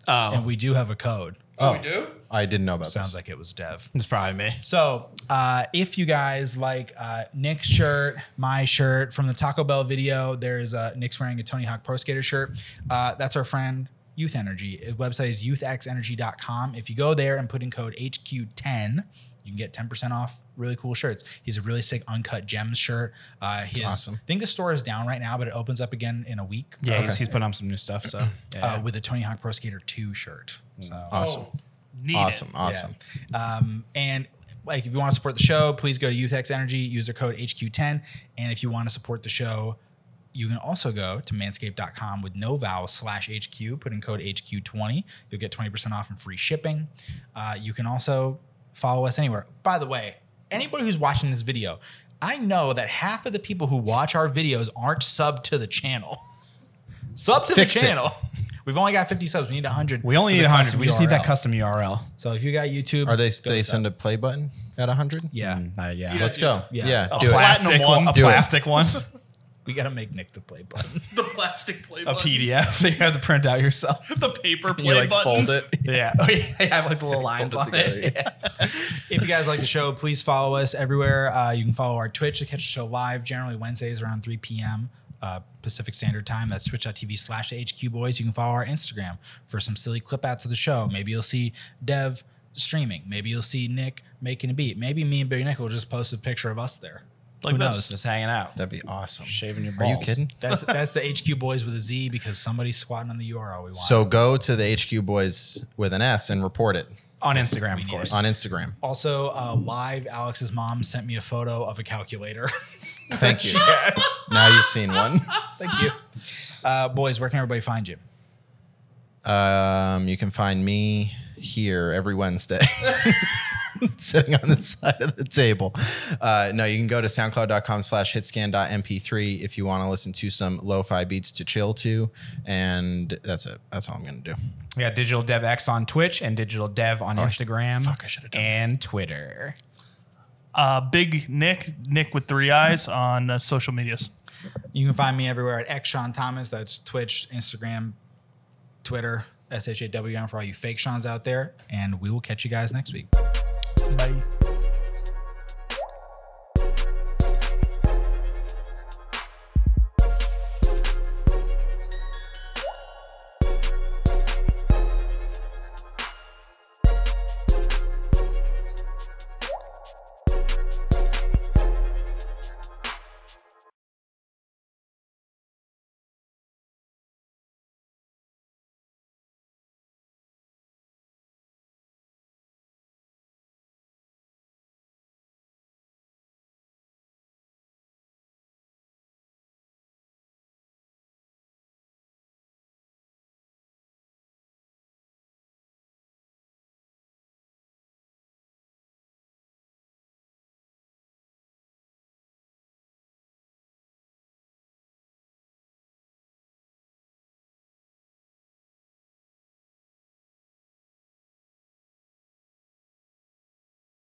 S2: Oh,
S3: and we do have a code.
S1: Oh, we do?
S4: I didn't know about
S3: Sounds
S4: this.
S3: like it was Dev.
S2: It's probably me.
S3: So, uh, if you guys like uh, Nick's shirt, my shirt from the Taco Bell video, there's uh, Nick's wearing a Tony Hawk Pro Skater shirt. Uh, that's our friend Youth Energy. His website is youthxenergy.com. If you go there and put in code HQ10, you can get 10% off really cool shirts. He's a really sick Uncut Gems shirt. Uh, his,
S4: awesome.
S3: I think the store is down right now, but it opens up again in a week
S2: Yeah, he's, he's putting on some new stuff. So yeah.
S3: uh, with a Tony Hawk Pro Skater 2 shirt. So,
S4: awesome.
S1: Need oh, it.
S4: Awesome. Awesome.
S3: yeah. Um, and like, if you want to support the show, please go to YouthX Energy, user code HQ10. And if you want to support the show, you can also go to manscaped.com with no vowel slash HQ, put in code HQ20. You'll get 20% off and free shipping. Uh, you can also follow us anywhere. By the way, anybody who's watching this video, I know that half of the people who watch our videos aren't subbed to the channel. Sub to
S4: Fix
S3: the
S4: it.
S3: channel. We've only got 50 subs. We need 100.
S2: we only
S3: for the
S2: need 100.
S3: custom
S2: We just need that
S3: URL.
S2: custom URL.
S3: So if you got YouTube,
S4: Are they
S3: go
S4: they
S3: sub.
S4: send a play button at 100?
S3: Yeah,
S2: Uh, yeah.
S4: Let's go.
S3: Yeah.
S4: Yeah,
S2: a
S4: do it.
S2: plastic
S1: Platinum
S2: one.
S1: one.
S2: A
S4: Do it.
S2: plastic one. *laughs*
S3: we gotta make Nick the play button.
S1: *laughs*
S3: *laughs*
S1: The plastic play
S2: a
S1: button.
S2: PDF that you have to print out
S1: *laughs*
S2: yourself. *laughs*
S1: The paper play
S4: You like
S1: button.
S4: fold it.
S2: Yeah. *laughs* Oh, yeah. I have like the little lines on
S4: together,
S2: it. Yeah. *laughs*
S3: if you guys like the show, please follow us everywhere. Uh, you can follow our Twitch to catch the show live, generally Wednesdays around 3 p.m. Uh, Pacific Standard Time. That's twitch.tv slash HQ Boys. You can follow our Instagram for some silly clip outs of the show. Maybe you'll see Dev streaming. Maybe you'll see Nick making a beat. Maybe me and Big Nick will just post a picture of us there.
S1: Like
S3: Who
S1: this.
S3: knows?
S2: Just hanging out.
S4: That'd be awesome.
S2: Shaving your
S4: Are
S2: balls.
S4: you kidding? *laughs*
S3: That's that's the HQ Boys with a Z because somebody's squatting on the URL we want.
S4: So go to the HQ boys with an S and report it
S2: On Instagram, of course.
S4: on Instagram.
S3: Also, uh, live, Alex's mom sent me a photo of a calculator. *laughs*
S4: Thank you. *laughs* Now you've seen one.
S3: Thank you. Uh, boys, where can everybody find you?
S4: Um, you can find me here every Wednesday. *laughs* sitting on the side of the table. Uh, no, you can go to soundcloud.com slash hitscan.mp3 if you want to listen to some lo-fi beats to chill to. And that's it. That's all I'm going to do.
S2: We got Digital Dev X on Twitch and Digital Dev on Instagram.
S4: fuck, I should've done
S2: And Twitter.
S1: Uh, Big Nick, Nick with three eyes on uh, social medias.
S3: You can find me everywhere at X Sean Thomas. That's Twitch, Instagram, Twitter, S H A W N for all you fake Sean's out there. And we will catch you guys next week.
S1: Bye.